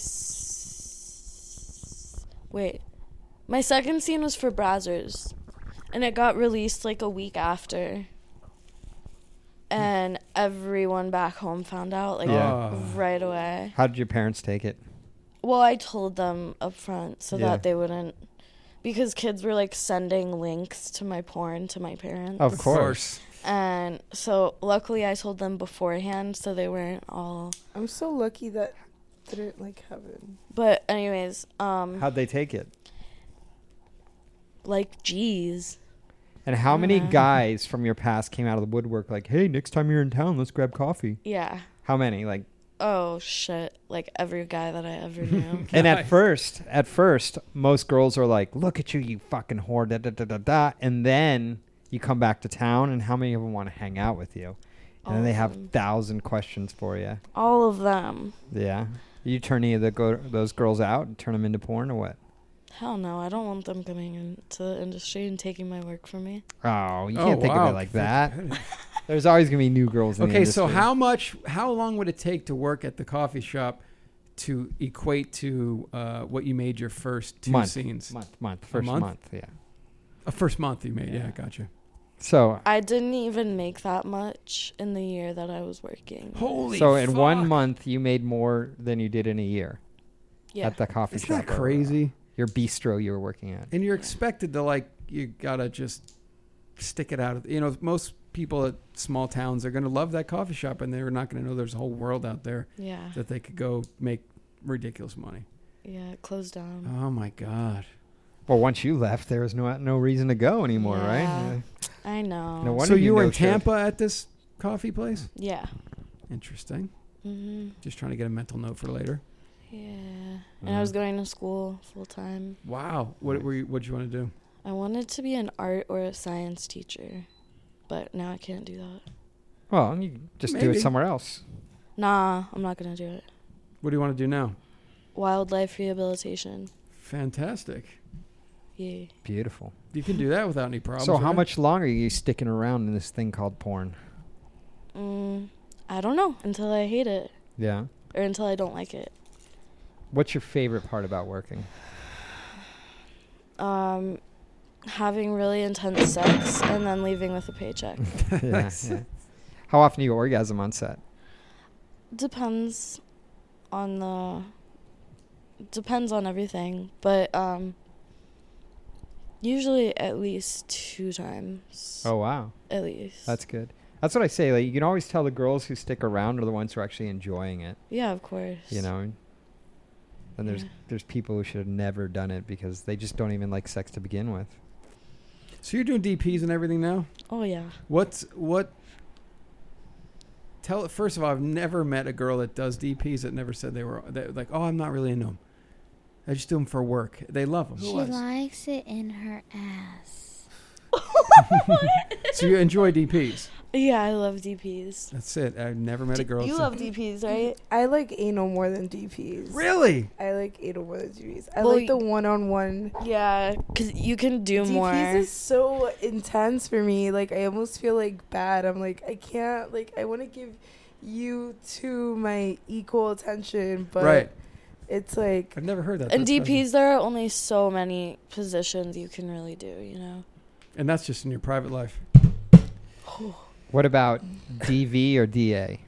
S4: S- Wait. My second scene was for Brazzers. And it got released like a week after. And everyone back home found out like
S2: Yeah.
S4: right away.
S2: How did your parents take it?
S4: Well, I told them up front so
S2: Yeah.
S4: that they wouldn't. Because kids were like sending links to my porn to my parents.
S2: Of course.
S4: And so luckily I told them beforehand so they weren't all.
S1: I'm so lucky that didn't like heaven.
S4: But, anyways, um,
S2: How'd they take it?
S4: like, geez.
S2: And how many
S3: Mm-hmm.
S2: guys from your past came out of the woodwork like, "Hey, next time you're in town, let's grab coffee."
S4: Yeah.
S2: How many? Like,
S4: Oh shit! Like every guy that I ever knew.
S2: And at first, at first, most girls are like, "Look at you, you fucking whore!" Da da da da da. And then you come back to town, and how many of them want to hang out with you? And then they have thousand questions for you.
S4: All of them.
S2: Yeah, you turn any of the go- those girls out and turn them into porn or what?
S4: Hell no! I don't want them coming into the industry and taking my work from me.
S2: Oh, you
S3: Oh,
S2: can't think of
S3: wow.
S2: it like that. There's always gonna be new girls. In the
S3: Okay, so
S2: industry.
S3: how much? How long would it take to work at the coffee shop to equate to uh, what you made your first two
S2: month,
S3: scenes?
S2: month, month, first
S3: month?
S2: yeah.
S3: Uh, first month you made, yeah,
S2: Yeah.
S3: gotcha.
S2: So,
S4: I didn't even make that much in the year that I was working.
S3: Holy.
S2: so in one month, you made more than you did in a year
S4: Yeah.
S2: at the coffee
S3: Isn't
S2: shop. uh,
S3: that
S2: or
S3: crazy?
S2: Your bistro you were working at.
S3: And you're expected to like you gotta just stick it out. of- You know, most people at small towns are gonna love that coffee shop, and they're not gonna know there's a whole world out there
S4: Yeah.
S3: that they could go make ridiculous money.
S4: Yeah. It closed down.
S2: Mm-hmm.
S3: Oh my god.
S2: Well, once you left, there was no no reason to go anymore,
S4: Yeah.
S2: right?
S4: I know.
S2: No wonder
S3: so you were in
S2: no-showed.
S3: Tampa at this coffee place?
S4: Yeah.
S2: Mm-hmm.
S3: Interesting.
S4: hmm
S3: Just trying to get a mental note for later.
S4: Yeah. And
S2: Uh-huh.
S4: I was going to school full time.
S3: Wow. What were you, what'd you want to do?
S4: I wanted to be an art or a science teacher, but now I can't do that.
S2: Well, you can just do
S3: Maybe.
S2: it somewhere else.
S4: Nah, I'm not gonna do it.
S3: What do you want to do now?
S4: Wildlife rehabilitation.
S3: Fantastic.
S4: Yeah.
S2: Beautiful.
S3: You can do that without any problems.
S2: so, how
S3: right?
S2: much longer are you sticking around in this thing called porn?
S4: Mm, I don't know until I hate it
S2: Yeah.
S4: or until I don't like it.
S2: What's your favorite part about working?
S4: Um, having really intense sex and then leaving with a paycheck.
S2: yeah, yeah. How often do you orgasm on set?
S4: depends on the depends on everything, but um usually at least two times.
S2: Oh wow,
S4: At least.
S2: that's good. That's what I say. Like you can always tell the girls who stick around are the ones who are actually enjoying it.
S4: Yeah, of course.
S2: You know. And there's
S4: Yeah.
S2: there's people who should have never done it because they just don't even like sex to begin with.
S3: So you're doing DPs and everything now.
S4: Oh yeah.
S3: What's what? Tell first of all, I've never met a girl that does DPs that never said they were that, like, oh, I'm not really into them. I just do them for work. They love them.
S11: She likes it in her ass.
S3: so you enjoy DPs.
S4: Yeah, I love DPs.
S3: That's it. I've never met a girl.
S4: You
S3: that-
S4: love DPs, right?
S1: I like anal more than DPs.
S3: really?
S1: I like anal more than DPs. I
S4: Well,
S1: like the one-on-one.
S4: Yeah, cuz you can do more.
S1: DPs is so intense for me. Like I almost feel like bad. I'm like I can't. Like I want to give you two my equal attention, but
S3: Right.
S1: it's like
S3: I've never heard that.
S4: and
S3: That's fascinating.
S4: DPs there are only so many positions you can really do, you know.
S3: And that's just in your private life.
S2: What about DV or DA?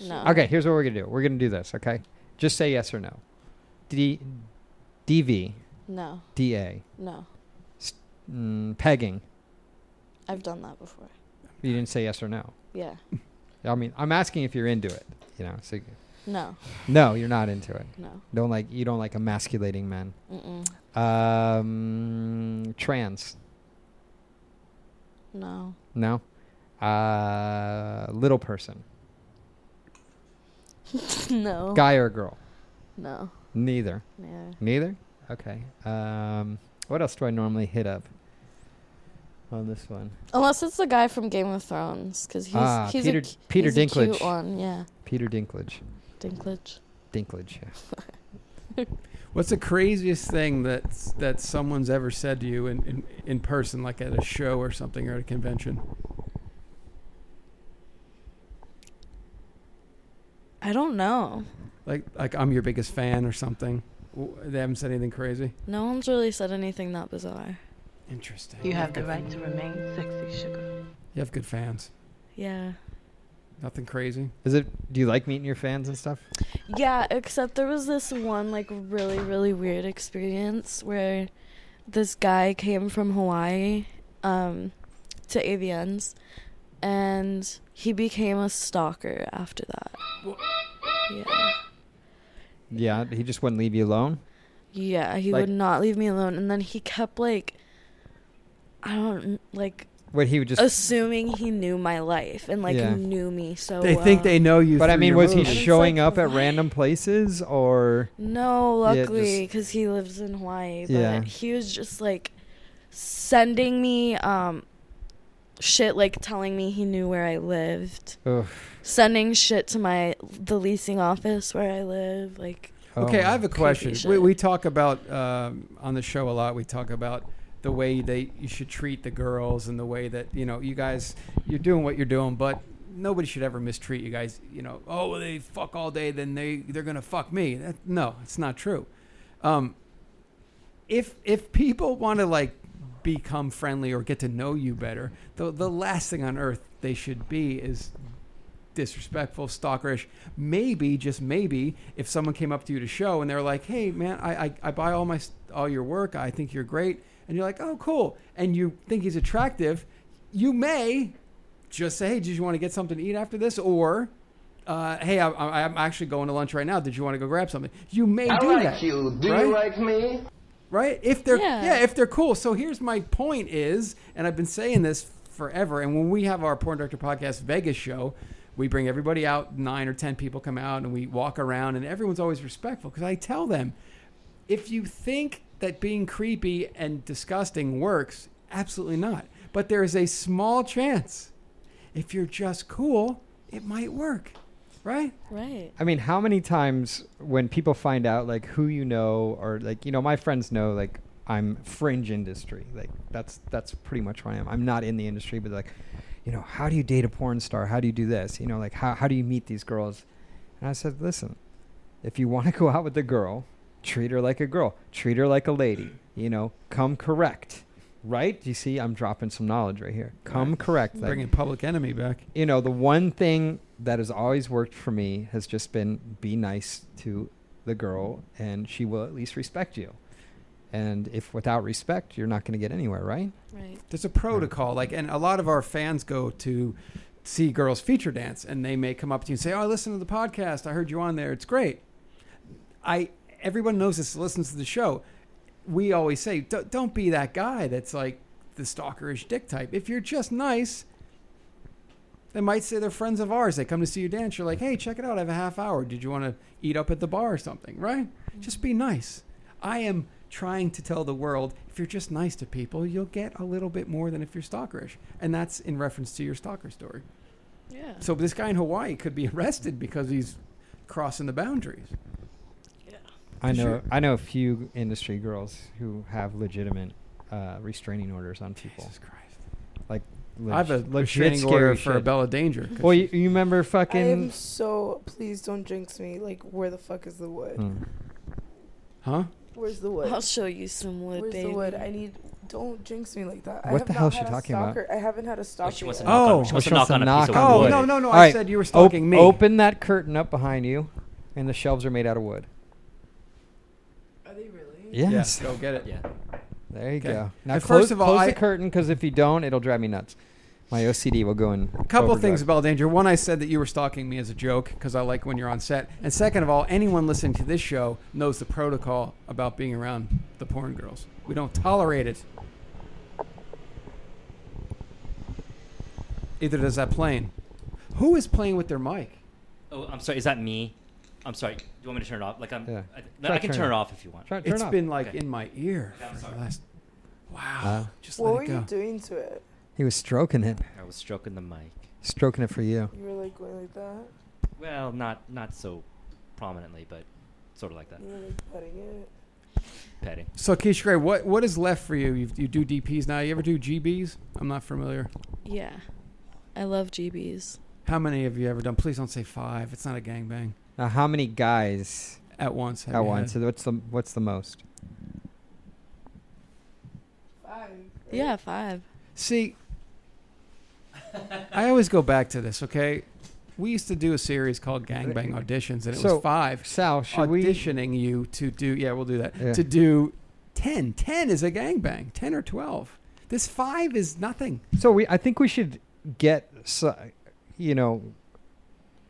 S4: No.
S2: Okay, here's what we're gonna do. We're gonna do this. Okay, just say yes or no. D DV
S4: No.
S2: DA
S4: No.
S2: mm, pegging.
S4: I've done that before.
S2: You didn't say yes or no.
S4: Yeah.
S2: I mean, I'm asking if you're into it. You know, so
S4: No.
S2: no, you're not into it.
S4: No.
S2: Don't like you don't like emasculating men.
S4: Mm-mm.
S2: Um, trans.
S4: No.
S2: No. Uh, little person.
S4: no.
S2: Guy or girl?
S4: No.
S2: Neither.
S4: Yeah.
S2: Neither. Okay. Um, what else do I normally hit up? On this one,
S4: Unless it's the guy from Game of Thrones, because he's
S2: Ah,
S4: he's
S2: Peter-
S4: a, cu-
S2: Peter
S4: he's a
S2: Dinklage.
S4: cute one. Yeah,
S2: Peter Dinklage.
S4: Dinklage.
S2: Dinklage. Yeah.
S3: What's the craziest thing that that someone's ever said to you in, in, in person, like at a show or something or at a convention?
S4: I don't know.
S3: Like like I'm your biggest fan or something. W- They haven't said anything crazy.
S4: No one's really said anything that bizarre.
S3: Interesting.
S12: You have the right to remain sexy, sugar.
S3: You have good fans.
S4: Yeah.
S3: Nothing crazy.
S2: Is it? Do you like meeting your fans and stuff?
S4: Yeah, except there was this one like really really weird experience where this guy came from Hawaii um to AVNs and he became a stalker after that. Yeah.
S2: Yeah, he just wouldn't leave you alone.
S4: Yeah, he
S2: Like-
S4: would not leave me alone. And then he kept like, I don't like
S2: What he would just.
S4: assuming he knew my life and like
S2: Yeah.
S4: knew me so.
S3: They
S12: uh,
S3: think
S4: well.
S3: they know you.
S2: but I
S3: through
S2: mean,
S3: your
S2: was he
S3: moves.
S4: And it's
S2: showing
S4: like,
S2: up at
S4: what?
S2: random places or?
S4: No,
S2: Yeah,
S4: luckily,
S2: just-
S4: because he lives in Hawaii. But
S2: Yeah.
S4: he was just like sending me um shit, like telling me he knew where I lived,
S2: Ugh.
S4: sending shit to my the leasing office where I live, like.
S3: Okay,
S2: Oh.
S3: I have a question. We,
S4: shit.
S3: we talk about um, on the show a lot. We talk about the way they you should treat the girls and the way that you know you guys you're doing what you're doing, but nobody should ever mistreat you guys. You know, oh well, they fuck all day, then they they're gonna fuck me. That, no, it's not true. Um, if if people want to like become friendly or get to know you better, the the last thing on earth they should be is disrespectful, stalkerish. Maybe, just maybe, if someone came up to you to show and they're like, "Hey, man, I, I, I buy all my st- all your work. I think you're great," and you're like, "Oh, cool," and you think he's attractive, you may just say, "Hey, did you want to get something to eat after this?" or uh, hey, I, I, I'm actually going to lunch right now. Did you want to go grab something? You may do that. right?
S9: like me?
S3: right? If they're yeah.
S4: Yeah.
S3: if they're cool. So here's my point is, and I've been saying this forever, and when we have our porn director podcast Vegas show, we bring everybody out, nine or 10 people come out, and we walk around, and everyone's always respectful because I tell them if you think that being creepy and disgusting works, absolutely not. But there is a small chance if you're just cool, it might work, right?
S4: Right.
S2: I mean, how many times when people find out like who you know or like you know my friends know like I'm fringe industry. Like that's that's pretty much what I am. I'm not in the industry, but like you know, how do you date a porn star? How do you do this? You know, like how how do you meet these girls? And I said, "Listen, if you want to go out with a girl, treat her like a girl. Treat her like a lady. You know, come correct." Right? You see, I'm dropping some knowledge right here. Come
S3: Right.
S2: correct. Like,
S3: Bringing Public Enemy back.
S2: you know, the one thing that has always worked for me has just been be nice to the girl and she will at least respect you. And if without respect, you're not going to get anywhere, right?
S4: Right.
S3: There's a protocol, like, and a lot of our fans go to see girls feature dance, and they may come up to you and say, "Oh, I listened to the podcast. I heard you on there. It's great." I everyone knows this. Listens to the show. We always say, "Don't- "Don't be that guy that's like the stalkerish dick type." If you're just nice, they might say they're friends of ours. They come to see you dance. You're like, "Hey, check it out. I have a half hour. Did you want to eat up at the bar or something?" Right? Just be nice. I am trying to tell the world if you're just nice to people, you'll get a little bit more than if you're stalkerish. And that's in reference to your stalker story.
S4: Yeah.
S3: So this guy in Hawaii could be arrested because he's crossing the boundaries.
S2: I
S3: For
S2: know
S3: sure.
S2: I know a few industry girls who have legitimate uh, restraining orders on people. Jesus
S3: Christ.
S2: Like
S3: I have a
S2: legit
S3: restraining
S2: scary
S3: order for
S2: shit.
S3: Bella Danger. 'cause
S2: Well, you, you remember
S1: I am
S2: fucking
S1: so please don't jinx me. Like where the fuck is the wood?
S2: Mm.
S3: Huh?
S1: Where's the wood?
S4: I'll show you some wood,
S1: Where's
S4: baby.
S1: the wood? I need. Don't jinx me like that. I
S2: What
S1: have
S2: the
S1: not
S2: hell is
S1: had
S2: she
S1: a
S2: talking about?
S1: stalker. I haven't had a stalker.
S5: wants
S1: yet.
S5: to knock on- Oh, she
S2: she
S5: wants to
S2: wants
S5: knock on a piece of
S2: on
S5: wood.
S2: wood.
S5: Oh,
S3: no, no,
S2: All
S3: I said you were stalking me.
S2: Open that curtain up behind you, and the shelves are made out of wood.
S1: Are they really?
S2: Yes.
S3: go get it.
S5: Yeah.
S2: There you
S3: Okay.
S2: go. Now
S3: And
S2: close,
S3: first of all,
S2: close
S3: I-
S2: the curtain because if you don't, it'll drive me nuts. My OCD will go in.
S3: A couple things about danger. One, I said that you were stalking me as a joke because I like when you're on set. And second of all, anyone listening to this show knows the protocol about being around the porn girls. We don't tolerate it. Either does that plane. Who is playing with their mic?
S5: Oh, I'm sorry. Is that me? I'm sorry. Do you want me to turn it off? Like I'm.
S2: Yeah.
S5: I, I
S2: Try
S5: can turn, it off if you want.
S2: Try- turn
S3: It's
S2: off.
S3: been like
S5: Okay.
S3: in my ear
S5: Okay, I'm
S3: for the
S5: sorry.
S3: last. Wow.
S2: Wow.
S3: Just
S1: What were
S3: let it go.
S1: you doing to it?
S2: He was stroking it,
S5: I was stroking the mic.
S2: stroking it for you.
S1: You were like going like that.
S5: Well, not not so prominently, but sort of like that.
S1: You were like putting it.
S5: Petting.
S3: So Keisha Gray, what what is left for you? you? You do DPs now. You ever do GBs? I'm not familiar.
S4: Yeah. I love GBs.
S3: How many have you ever done? Please don't say five. It's not a gangbang.
S2: Now, how many guys
S3: At once. have
S2: at
S3: you
S2: once?
S3: had?
S2: What's the what's the most?
S1: Five. right?
S4: Yeah, five.
S3: See, I always go back to this. Okay, we used to do a series called Gangbang Auditions, and it
S2: So,
S3: was five
S2: Sal, should we?
S3: auditioning you to do. Yeah, we'll do that.
S2: Yeah.
S3: To do 10. 10 is a gangbang. Ten or twelve. This five is nothing.
S2: So we, I think we should get, so, you know,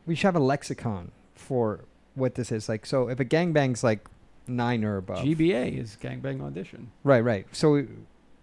S2: we should have a lexicon for what this is. Like, so if a gangbang's like nine or above,
S3: GBA is gangbang audition.
S2: right, right. So we,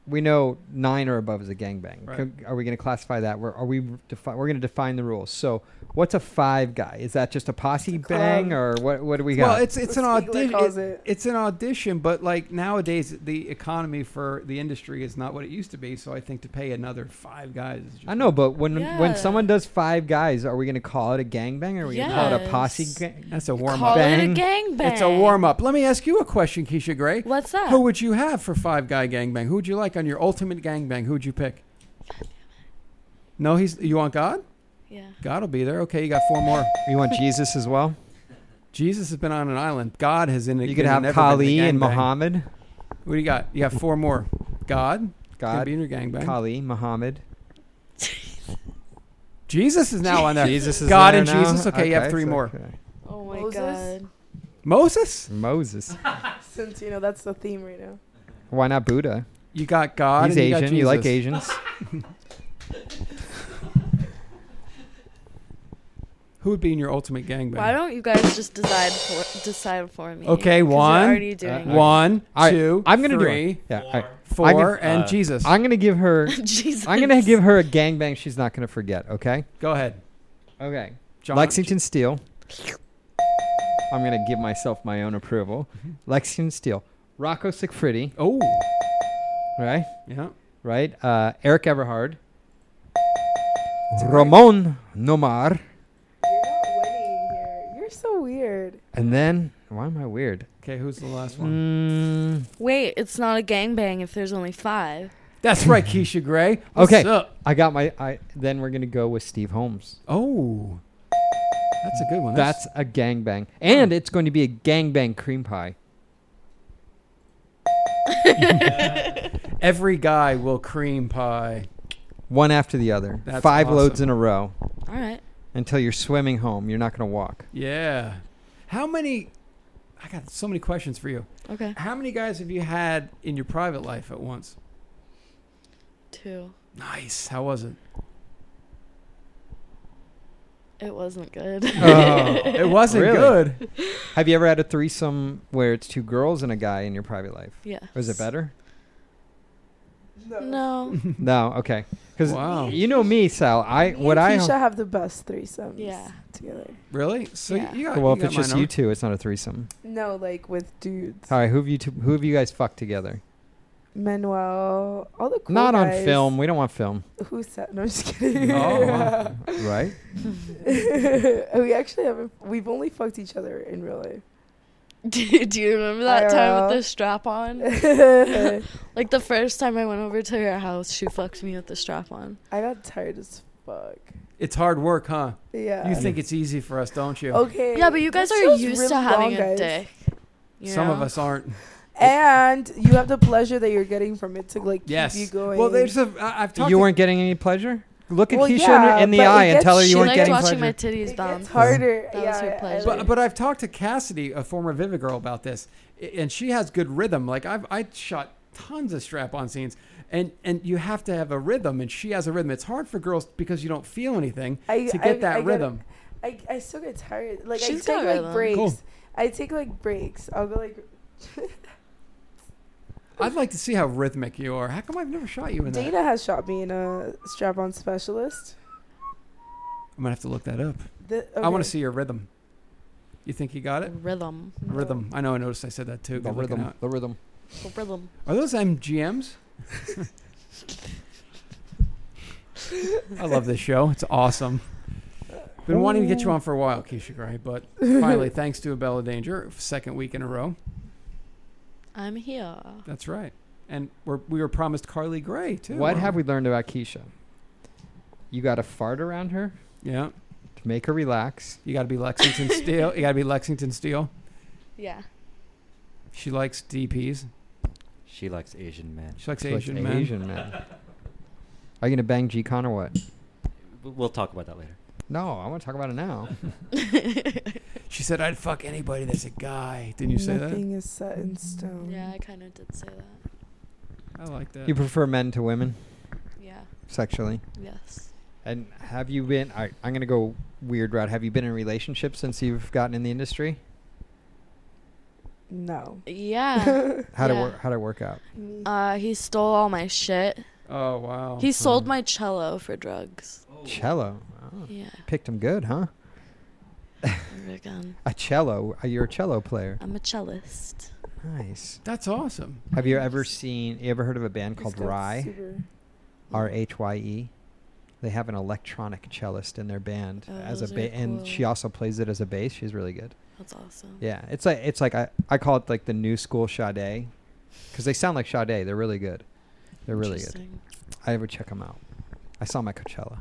S2: we know nine or above is a gangbang.
S3: Right.
S2: Can- Are we going to classify that? We're, are we defi- We're going to define the rules. So what's a five guy? Is that just a posse bang, or what? What do we got?
S3: Well, it's it's an
S1: Let's see what
S3: audition.
S1: calls
S3: it-
S1: it.
S3: It's an audition, but like nowadays, the economy for the industry is not what it used to be. So I think to pay another five guys. Is just
S2: I know, but when
S4: Yeah.
S2: when someone does five guys, are we going to call it a gangbang, or are we going to call it a posse?
S4: Yes.
S2: Gang-
S3: That's a warm
S4: Call
S3: up.
S2: Bang.
S4: it a gangbang.
S3: It's a warm up. Let me ask you a question, Keisha Gray.
S4: What's that?
S3: Who would you have for five guy gangbang? Who would you like on your ultimate gangbang? Who would you pick? No, he's. You want God?
S4: yeah.
S3: God will be there. Okay, you got four more.
S2: you want Jesus as well?
S3: Jesus has been on an island. God has in.
S2: You
S3: been
S2: could
S3: in
S2: have
S3: every
S2: Kali
S3: gangbang.
S2: and Muhammad.
S3: What do you got? You got four more. God. Gonna
S2: God,
S3: be in your gangbang.
S2: Kali, Muhammad.
S3: Jesus is now on there.
S2: Jesus is
S3: God
S2: there
S3: and
S2: now?
S3: Jesus. Okay, you have three
S2: so-
S3: more.
S2: okay.
S4: Oh my
S1: Moses?
S4: god.
S3: Moses.
S2: Moses.
S1: Since you know that's the theme right now.
S2: Why not Buddha?
S3: You got God.
S2: He's
S3: and
S2: Asian.
S3: You, got
S2: You like
S3: Jesus.
S2: Asians?
S3: Who would be in your ultimate gangbang?
S4: Why don't you guys just decide for decide for me?
S3: Okay,
S4: 'Cause
S3: one,
S4: You're already doing
S2: uh,
S4: it.
S3: One,
S2: All right,
S3: two,
S2: I'm gonna do one.
S3: three,
S2: Yeah. all right. I
S3: four,
S2: can-
S3: and
S5: uh,
S3: Jesus.
S2: I'm gonna give her.
S4: Jesus.
S2: I'm gonna give her a gangbang she's not gonna forget. Okay.
S3: Go ahead.
S2: Okay.
S3: John-
S2: Lexington Steel. I'm going to give myself my own approval. Lexington Steel. Rocco Siffredi.
S3: Oh.
S2: Right?
S3: Yeah.
S2: Right? Uh, Eric Everhard. Ramon Nomar.
S1: You're so weird.
S2: And then, why am I weird?
S3: Okay, who's the last
S2: Mm. one?
S4: Wait, it's not a gangbang if there's only five.
S3: That's right, Keisha Gray. What's
S2: Okay.
S3: up?
S2: I got my. I Then we're going to go with Steve Holmes.
S3: Oh. That's a good one.
S2: That's a gangbang. And it's going to be a gangbang cream pie.
S3: every guy will cream pie.
S2: One after the other.
S3: That's
S2: Five
S3: awesome.
S2: loads in a row.
S4: All right.
S2: Until you're swimming home. You're not going to walk.
S3: Yeah. How many? I got so many questions for you.
S4: Okay.
S3: How many guys have you had in your private life at once?
S4: Two.
S3: Nice. How was it?
S4: It wasn't good.
S2: Oh.
S3: it wasn't
S2: Really?
S3: good.
S2: Have you ever had a threesome where it's two girls and a guy in your private life?
S4: Yes.
S2: Was it better?
S4: No.
S2: no. Okay. Because
S3: Wow.
S2: you know me, Sal. I
S1: What
S2: what I
S1: Keisha have the best threesomes.
S4: Yeah.
S1: Together.
S3: Really? So
S1: Yeah.
S3: you got
S2: well,
S3: you
S2: if
S3: got
S2: it's just
S3: mine
S2: you two, it's not a threesome.
S1: No, like with dudes.
S2: All right. Who have you two, Who have you guys fucked together?
S1: Manuel. All the cool
S2: not
S1: guys.
S2: on film. uh, We don't want film,
S1: Who said? No, I'm just kidding.
S3: Oh, wow.
S2: right?
S1: we actually haven't. We've only fucked each other in real life.
S4: do, do you remember that time
S1: IRL.
S4: with the strap on? like the first time I went over to her house, she fucked me with the strap on.
S1: I got tired as fuck.
S3: It's hard work, huh?
S1: Yeah.
S3: You think it's easy for us, don't you?
S1: Okay.
S4: Yeah, but you guys
S1: this
S4: are
S1: show's
S4: used
S1: really
S4: to having
S1: long,
S4: a
S1: guys.
S4: dick. you
S3: Some of
S4: know?
S3: us aren't.
S1: And you have the pleasure that you're getting from it to like
S3: Yes.
S1: keep you going.
S3: Well, there's a. I, I've talked.
S2: You
S3: to-
S2: weren't getting any pleasure. Look at
S1: Well,
S2: Keisha in
S1: yeah,
S2: her- in the
S1: but it
S2: eye and
S1: gets-
S2: tell her
S4: She
S2: you weren't
S4: liked
S2: getting
S4: watching
S2: pleasure.
S4: my titties
S1: it
S4: bounce.
S1: gets harder.
S4: That
S1: yeah,
S4: was her pleasure.
S1: I, I,
S3: But, but I've talked to Cassidy, a former Vivid girl, about this, a- and she has good rhythm. Like I've I shot tons of strap-on scenes, and and you have to have a rhythm, and she has a rhythm. It's hard for girls because you don't feel anything
S1: I-
S3: to
S1: I-
S3: get that
S1: I get
S3: rhythm.
S1: I, I still get tired. Like
S4: She's
S1: I
S4: got
S1: take like
S4: rhythm.
S1: breaks.
S3: Cool.
S1: I take like breaks. I'll go like
S3: I'd like to see how rhythmic you are. How come I've never shot you in that?
S1: Dana has shot me in a strap-on specialist.
S3: I'm gonna have to look that up.
S1: The,
S3: I want
S1: okay.
S3: to see your rhythm. You think you got it?
S4: Rhythm.
S1: Mm-hmm.
S3: Rhythm. I know. I noticed. I said that too.
S2: The
S3: Good looking
S2: rhythm.
S3: out.
S2: The rhythm.
S4: Rhythm.
S3: Are those MGMs? I love this show. It's awesome. Been wanting to get you on for a while, Keisha Gray, but finally, thanks to Abella Danger, second week in a row.
S4: I'm here.
S3: That's right. And we're, we were promised Carly Gray, too.
S2: What
S3: weren't
S2: have we learned about Keisha? You got to fart around her
S3: Yeah.
S2: to make her relax.
S3: You got to be Lexington Steel. You got to be Lexington Steel.
S4: Yeah.
S3: She likes DPs.
S5: She likes Asian men.
S3: She likes
S2: It's like
S3: Asian men.
S2: Asian man. Are you gonna bang G Con or what?
S5: W- We'll talk about that later.
S2: No, I want to talk about it now.
S3: She said, I'd fuck anybody that's a guy. Didn't you say
S1: Nothing is set in stone.
S4: Yeah, I kind of did say that.
S3: that? I like that.
S2: You prefer men to women
S4: Yeah.
S2: sexually?
S4: Yes.
S2: And have you been? I, I'm gonna go weird route. Have you been in relationships since you've gotten in the industry?
S1: No.
S4: Yeah.
S2: How to
S4: Yeah.
S2: work? How to work out?
S4: uh, he stole all my shit.
S3: oh, wow.
S4: He sold my cello for drugs.
S2: Cello. Oh,
S4: Yeah.
S2: picked him good, huh?
S4: there we go.
S2: A cello. Uh, You're a cello player.
S4: I'm a cellist.
S2: Nice.
S3: That's awesome.
S2: Have you ever seen? You ever heard of a band called
S1: It's got
S2: Rye?
S1: super-
S2: R H Y E. They have an electronic cellist in their band
S4: Oh,
S2: as a
S4: those are
S2: ba- and she
S4: cool.
S2: also plays it as a bass. She's really good.
S4: That's awesome.
S2: Yeah, it's like it's like I, I call it like the new school Sade, because they sound like Sade. They're really good. They're really good.
S4: Interesting.
S2: I would check them out. I saw my Coachella.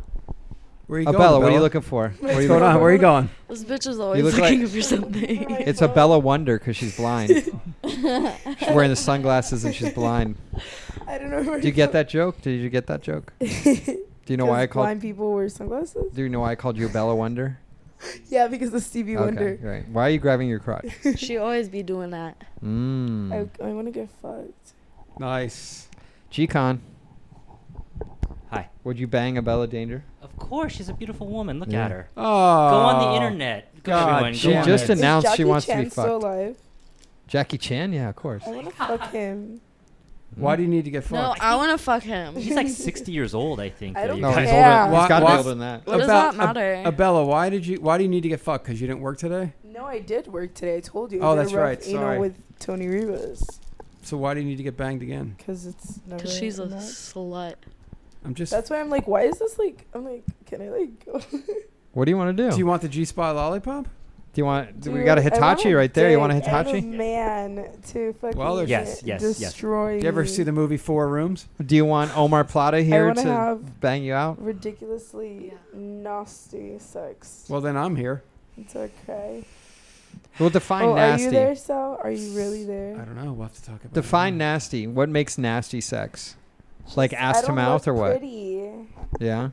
S3: Where are you
S2: Abella,
S3: going,
S2: what are you
S3: Bella?
S2: looking for? What are
S3: What's
S2: you
S3: going
S2: looking
S3: on?
S2: for?
S3: Where are you going?
S4: This bitch is always
S2: look like-
S4: looking for something.
S2: It's a Bella Wonder because she's blind. she's wearing the sunglasses and she's blind.
S1: I don't know. Where
S2: Do you get that joke? Did you get that joke? Do you know why I
S1: blind
S2: called?
S1: people wear sunglasses?
S2: Do you know why I called you a Bella Wonder?
S1: Yeah, because of Stevie Wonder.
S2: Okay, right. Why are you grabbing your crotch?
S4: she always be doing that.
S2: Mm.
S1: I, I want to get fucked.
S3: Nice.
S2: G-Con,
S5: Hi.
S2: would you bang a Bella Danger?
S5: Of course, she's a beautiful woman. Look
S2: Yeah.
S5: at her.
S3: Oh.
S5: Go on the internet. Go
S3: God,
S5: everyone. Go
S2: She
S5: on
S2: just
S5: there.
S1: Is
S2: announced
S1: Jackie
S2: she wants to
S1: Chan
S2: be
S1: still
S2: fucked.
S1: alive?
S2: Jackie Chan, yeah, of course. Mm.
S1: I want to fuck him.
S3: Why do you need to get
S4: No,
S3: fucked?
S4: I want to fuck him.
S5: He's like 60 years old, I think.
S4: I
S5: that
S4: don't
S5: you
S2: No,
S5: guys-
S2: Oh, he's older. He's got to be
S3: why-
S2: older than that.
S4: What does
S3: Abel-
S4: that matter?
S3: Ab- Abella, Uh, why did you? Why do you need to get fucked? Because you didn't work today.
S1: No, I did work today. I told you. I
S3: Oh,
S1: did a
S3: that's
S1: rough
S3: right.
S1: Anal
S3: Sorry.
S1: with Tony Rivas
S3: So why do you need to get banged again?
S1: because it's never.
S4: Because she's a
S1: enough.
S4: slut.
S3: I'm just.
S1: That's why I'm like, why is this like? I'm like, can I like go?
S2: What do you want to do?
S3: Do you want the G spot lollipop?
S2: Do you want? do we
S1: Dude,
S2: got a
S1: Mm, I want
S2: Hitachi right there. You want a
S1: dick and
S2: Hitachi?
S1: man to fucking
S3: Well, there's-
S5: Yes, yes, yes.
S1: destroy.
S3: Did you ever
S1: me
S3: see the movie Four Rooms?
S2: Do you want Omar Plata here
S1: wanna
S2: to
S1: have-
S2: bang you out?
S1: ridiculously nasty sex?
S3: Well, then I'm here.
S1: It's okay.
S2: We'll define
S1: oh,
S2: nasty.
S1: are you there, Sal? Are you really there?
S3: I don't know. We'll have to talk about.
S2: Define
S3: it.
S2: nasty. What makes nasty sex? Like ass
S1: I
S2: to
S1: don't
S2: mouth
S1: look
S2: or what?
S1: Pretty.
S2: Yeah.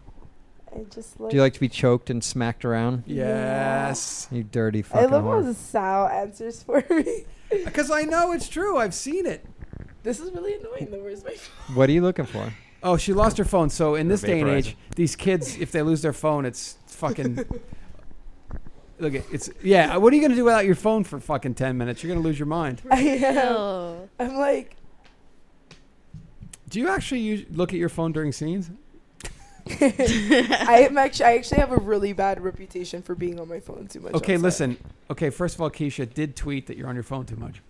S1: I just look.
S2: Do you like to be choked and smacked around?
S3: Yes.
S2: You dirty
S1: I
S2: fucking
S1: love
S2: whore.
S1: how Sal answers for me.
S3: Because I know it's true. I've seen it.
S1: This is really annoying. The where's my phone?
S2: What are you looking for?
S3: Oh, she lost her phone. So in this day and
S5: vaporizer.
S3: age, these kids, if they lose their phone, it's fucking. Look, it- it's yeah. What are you gonna do without your phone for fucking ten minutes? You're gonna lose your mind.
S1: I am.
S4: Ew.
S1: I'm like,
S3: Do you actually use, look at your phone during scenes?
S1: I am actually. I actually have a really bad reputation for being on my phone too much.
S3: Okay,
S1: on set.
S3: listen. Okay, first of all, Keisha did tweet that you're on your phone too much.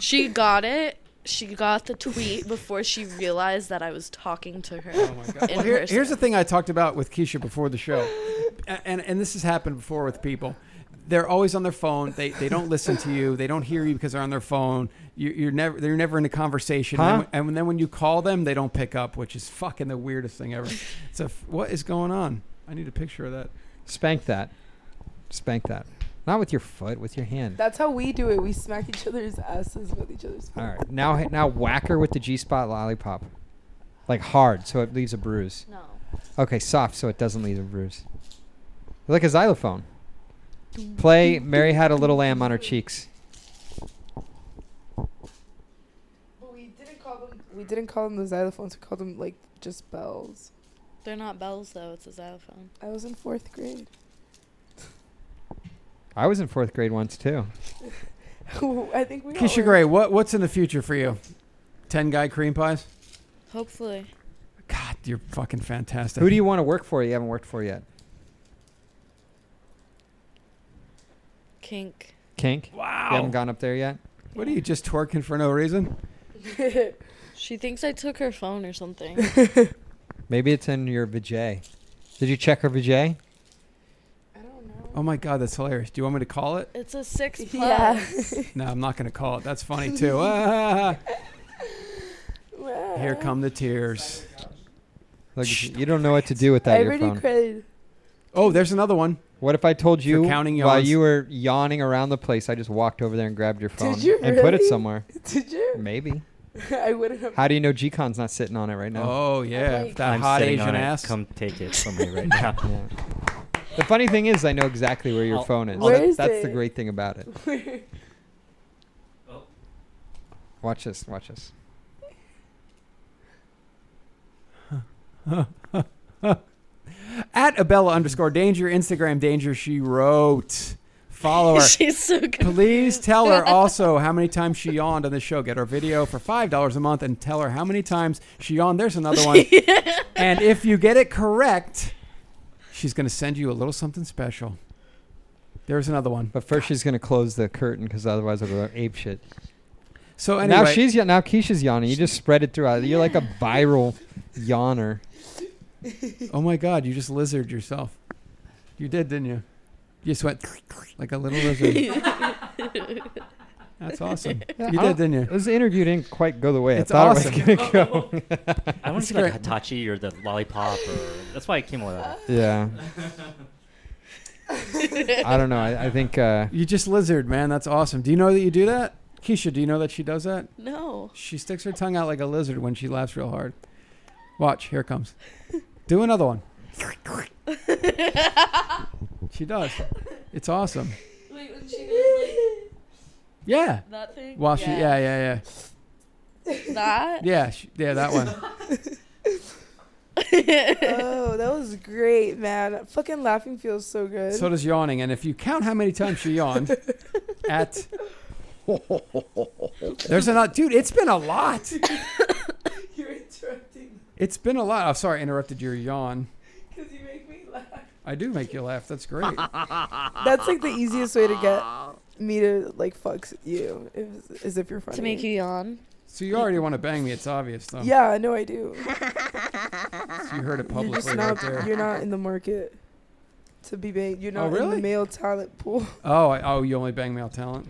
S4: She got it. She got the tweet before she realized that I was talking to her. Oh my god.
S3: Well, here, here's the thing I talked about with Keisha before the show, A- and and this has happened before with people. They're always on their phone. They they don't listen to you. They don't hear you because they're on their phone. You, you're never they're never in a conversation.
S2: Huh?
S3: And, when- and then when you call them, they don't pick up, which is fucking the weirdest thing ever. So f- what is going on? I need a picture of that.
S2: Spank that. Spank that. Not with your foot, with your hand.
S1: That's how we do it. We smack each other's asses with each other's.
S2: All
S1: phones.
S2: right. Now now whack her with the G spot lollipop. Like hard so it leaves a bruise.
S4: No.
S2: Okay, soft so it doesn't leave a bruise. Like a xylophone. Play Mary had a little lamb on her cheeks.
S1: But we didn't call them. We didn't call them the xylophones. We called them like just bells.
S4: They're not bells though. It's a xylophone.
S1: I was in fourth grade.
S2: I was in 4th grade once too.
S1: I think we. all
S3: Keisha
S1: were.
S3: Gray, what what's in the future for you? Ten guy cream pies.
S4: Hopefully.
S3: God, you're fucking fantastic.
S2: Who do you want to work for you haven't worked for yet?
S4: Kink.
S2: Kink? You haven't
S3: Wow.
S2: gone up there yet?
S3: What are you just twerking for no reason?
S4: She thinks I took her phone or something.
S2: Maybe it's in your vajay. Did you check her vajay?
S1: I don't know.
S3: Oh my god, that's hilarious. Do you want me to call it?
S4: It's a six plus.
S1: Yeah.
S3: No, I'm not going to call it. That's funny too. Ah. Here come the tears.
S2: Look, at you, you don't know what to do without
S1: I
S2: your
S1: already
S2: phone.
S1: cried.
S3: Oh, there's another one.
S2: what if I told you
S3: counting
S2: while
S3: yawns.
S2: you were yawning around the place, I just walked over there and grabbed your phone
S1: you
S2: and put it
S1: really?
S2: somewhere?
S1: Did you?
S2: Maybe.
S1: I wouldn't have.
S2: How do you know G-Con's not sitting on it right now?
S3: Oh yeah,
S1: like-
S3: that
S5: I'm
S3: hot
S5: sitting
S3: Asian
S5: on it.
S3: ass.
S5: Come take it from me right now.
S2: Yeah. The funny thing is, I know exactly where your
S5: I'll-
S2: phone is.
S1: Where
S2: That-
S1: is
S2: that's the
S1: it?
S2: great thing about it. Oh.
S1: Wait,
S2: Watch this. Watch this.
S3: At Abella underscore danger Instagram danger. She wrote. Follow her.
S4: She's so good.
S3: Please tell her also how many times she yawned on the show. Get her video for five dollars a month and tell her how many times she yawned. There's another one. And if you get it correct, she's going to send you a little something special. There's another one.
S2: But first, she's gonna close the curtain because otherwise, I'll go ape shit.
S3: So anyway,
S2: Now she's ya- now Keisha's yawning. You just spread it throughout. You're like a viral yawner.
S3: Oh my God, you just lizard yourself. You did, didn't you? You just went like a little lizard. That's awesome.
S2: Yeah,
S3: You
S2: I
S3: did,
S2: don't-
S3: didn't you?
S2: This interview didn't quite go the way
S3: It's
S2: I thought
S3: awesome.
S2: it was gonna go.
S5: I want
S3: It's
S5: to see like
S3: great.
S5: Hitachi or the lollipop. Or, that's why I came over that.
S2: yeah. I don't know. I, I think uh,
S3: You just lizard, man. That's awesome. Do you know that you do that? Keisha, do you know that she does that?
S4: No.
S3: She sticks her tongue out like a lizard when she laughs real hard. Watch, here it comes. Do another one. she does. It's awesome.
S4: Wait, when she goes
S3: Yeah.
S4: like that thing?
S3: While she, yeah, yeah, yeah,
S4: That?
S3: yeah, she, yeah, that one.
S1: oh, that was great, man. Fucking laughing feels so good.
S3: So does yawning, and if you count how many times she yawned, at There's a lot, dude. It's been a lot.
S1: You're interrupting
S3: It's been a lot. I'm sorry, I interrupted your yawn.
S1: because you make me laugh.
S3: I do make you laugh. That's great.
S1: That's like the easiest way to get me to like fuck you is, is if you're funny.
S4: to make you yawn.
S3: So you already want to bang me? It's obvious, though.
S1: Yeah, I know I do.
S3: So you heard it
S1: You're just
S3: publicly
S1: not.
S3: right there.
S1: You're not in the market to be banged. You're not
S3: Oh,
S1: in
S3: really?
S1: the male talent pool.
S3: Oh, I, oh, you only bang male talent.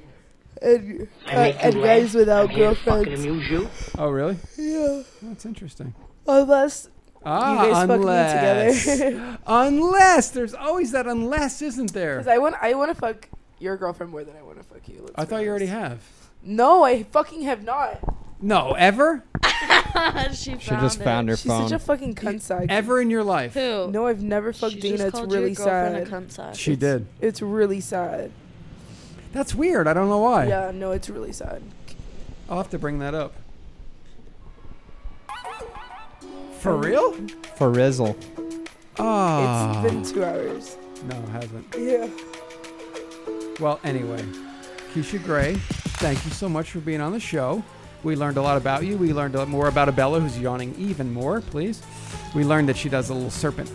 S1: And, uh, and guys without girlfriends.
S3: Oh, really?
S1: Yeah.
S3: That's interesting.
S1: Unless
S3: Ah,
S1: you guys
S3: unless,
S1: fuck me together.
S3: unless there's always that unless, isn't
S1: Because
S3: there?
S1: I want, I want to fuck your girlfriend more than I want to fuck you. Let's
S3: I
S1: be
S3: thought you already
S1: honest.
S3: have.
S1: No, I fucking have not.
S3: No, ever,
S4: she
S2: She just found her
S1: She's
S2: phone.
S1: such a fucking cunt sack.
S3: ever in your life.
S4: Who?
S1: No, I've never fucked
S4: she
S1: Dana.
S4: just
S1: It's
S4: called
S1: really
S4: your girlfriend
S1: sad.
S4: a cunt sack.
S3: She did.
S1: It's really sad.
S3: That's weird. I don't know why.
S1: Yeah, no, it's really sad.
S3: I'll have to bring that up. For real?
S2: For Rizzle.
S3: Ah.
S1: It's been two hours.
S3: no, it hasn't.
S1: Yeah.
S3: Well, anyway, Keisha Gray, thank you so much for being on the show. We learned a lot about you. We learned a lot more about Abella, who's yawning even more, please. We learned that she does a little serpent.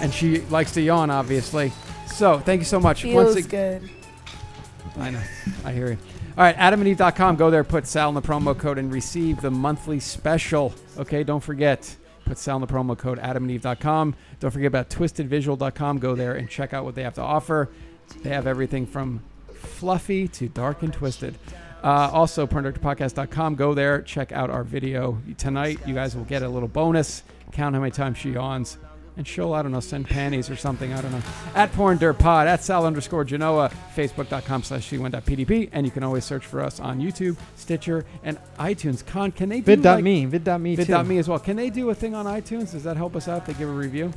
S3: And she likes to yawn, obviously. So, thank you so much.
S1: Feels
S3: ag-
S1: good.
S3: I know. I hear you. All right, adamandeve.com. Go there, put Sal in the promo code, and receive the monthly special. Okay, don't forget. Put Sal in the promo code, adamandeve.com. Don't forget about twistedvisual.com. Go there and check out what they have to offer. They have everything from fluffy to dark and twisted. Uh, also, porndirectorpodcast.com. Go there, check out our video tonight. You guys will get a little bonus. Count how many times she yawns. And she'll, I don't know, send panties or something. I don't know. At Porn Dirt Pod, at Sal underscore Genoa, Facebook.com slash C1.PDP. And you can always search for us on YouTube, Stitcher, and iTunes. Con, can they do like-
S2: Vid.me. Vid.me too.
S3: Vid.me as well. Can they do a thing on iTunes? Does that help us out? They give a review?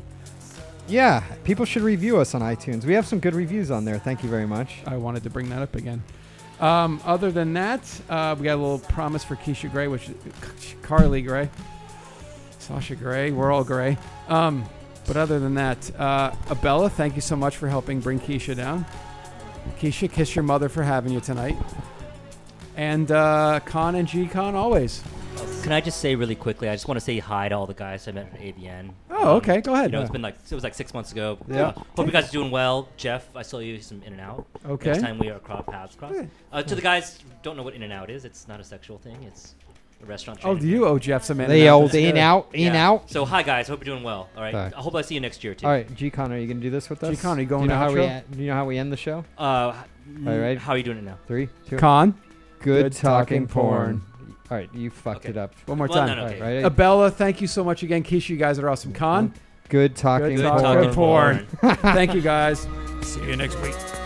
S2: Yeah, people should review us on iTunes. We have some good reviews on there. Thank you very much.
S3: I wanted to bring that up again. Um, other than that, uh, we got a little promise for Keisha Gray, which Carly Gray, Sasha Gray, we're all Gray. Um, but other than that, uh, Abella, thank you so much for helping bring Keisha down. Keisha, kiss your mother for having you tonight. And uh, Con and G Con always.
S5: Can I just say really quickly? I just want to say hi to all the guys I met at AVN.
S3: Oh, okay, go ahead.
S5: Um, You know, it's
S3: Yeah.
S5: been like it was like six months ago.
S3: Yeah.
S5: Uh, hope you guys are doing well. Jeff, I saw you some In and Out.
S3: Okay.
S5: Next time we are cross paths cross.
S3: Yeah.
S5: Uh, to the guys who don't know what In and Out is, it's not a sexual thing. It's a restaurant.
S3: Oh,
S5: chain.
S3: do you owe Jeff some in
S2: They
S3: and out?
S2: old
S3: That's
S2: in
S3: good.
S2: out in
S5: Yeah.
S2: out.
S5: So hi guys, hope you're doing well. All right.
S2: Alright.
S5: I hope I see you next year too.
S2: All right, G Con, are you going to do this with us?
S3: G-Con, are you
S2: Do
S3: going
S2: know how we
S3: outro?
S2: end- do you know how we end the show?
S5: Uh,
S2: All right, right.
S5: How are you doing it now?
S2: Three, two.
S3: Con,
S2: good,
S3: Good talking
S2: talking, porn. All right, you fucked
S5: Okay.
S2: it up.
S3: one more
S5: Well,
S3: time.
S5: no, no,
S2: All
S5: okay.
S2: right, ready?
S3: Abella, thank you so much again. Keisha, you guys are awesome. Con,
S2: Good talking
S3: Good
S5: Good
S2: porn.
S5: talking
S3: porn.
S5: porn.
S3: Thank you guys.
S5: See you next week.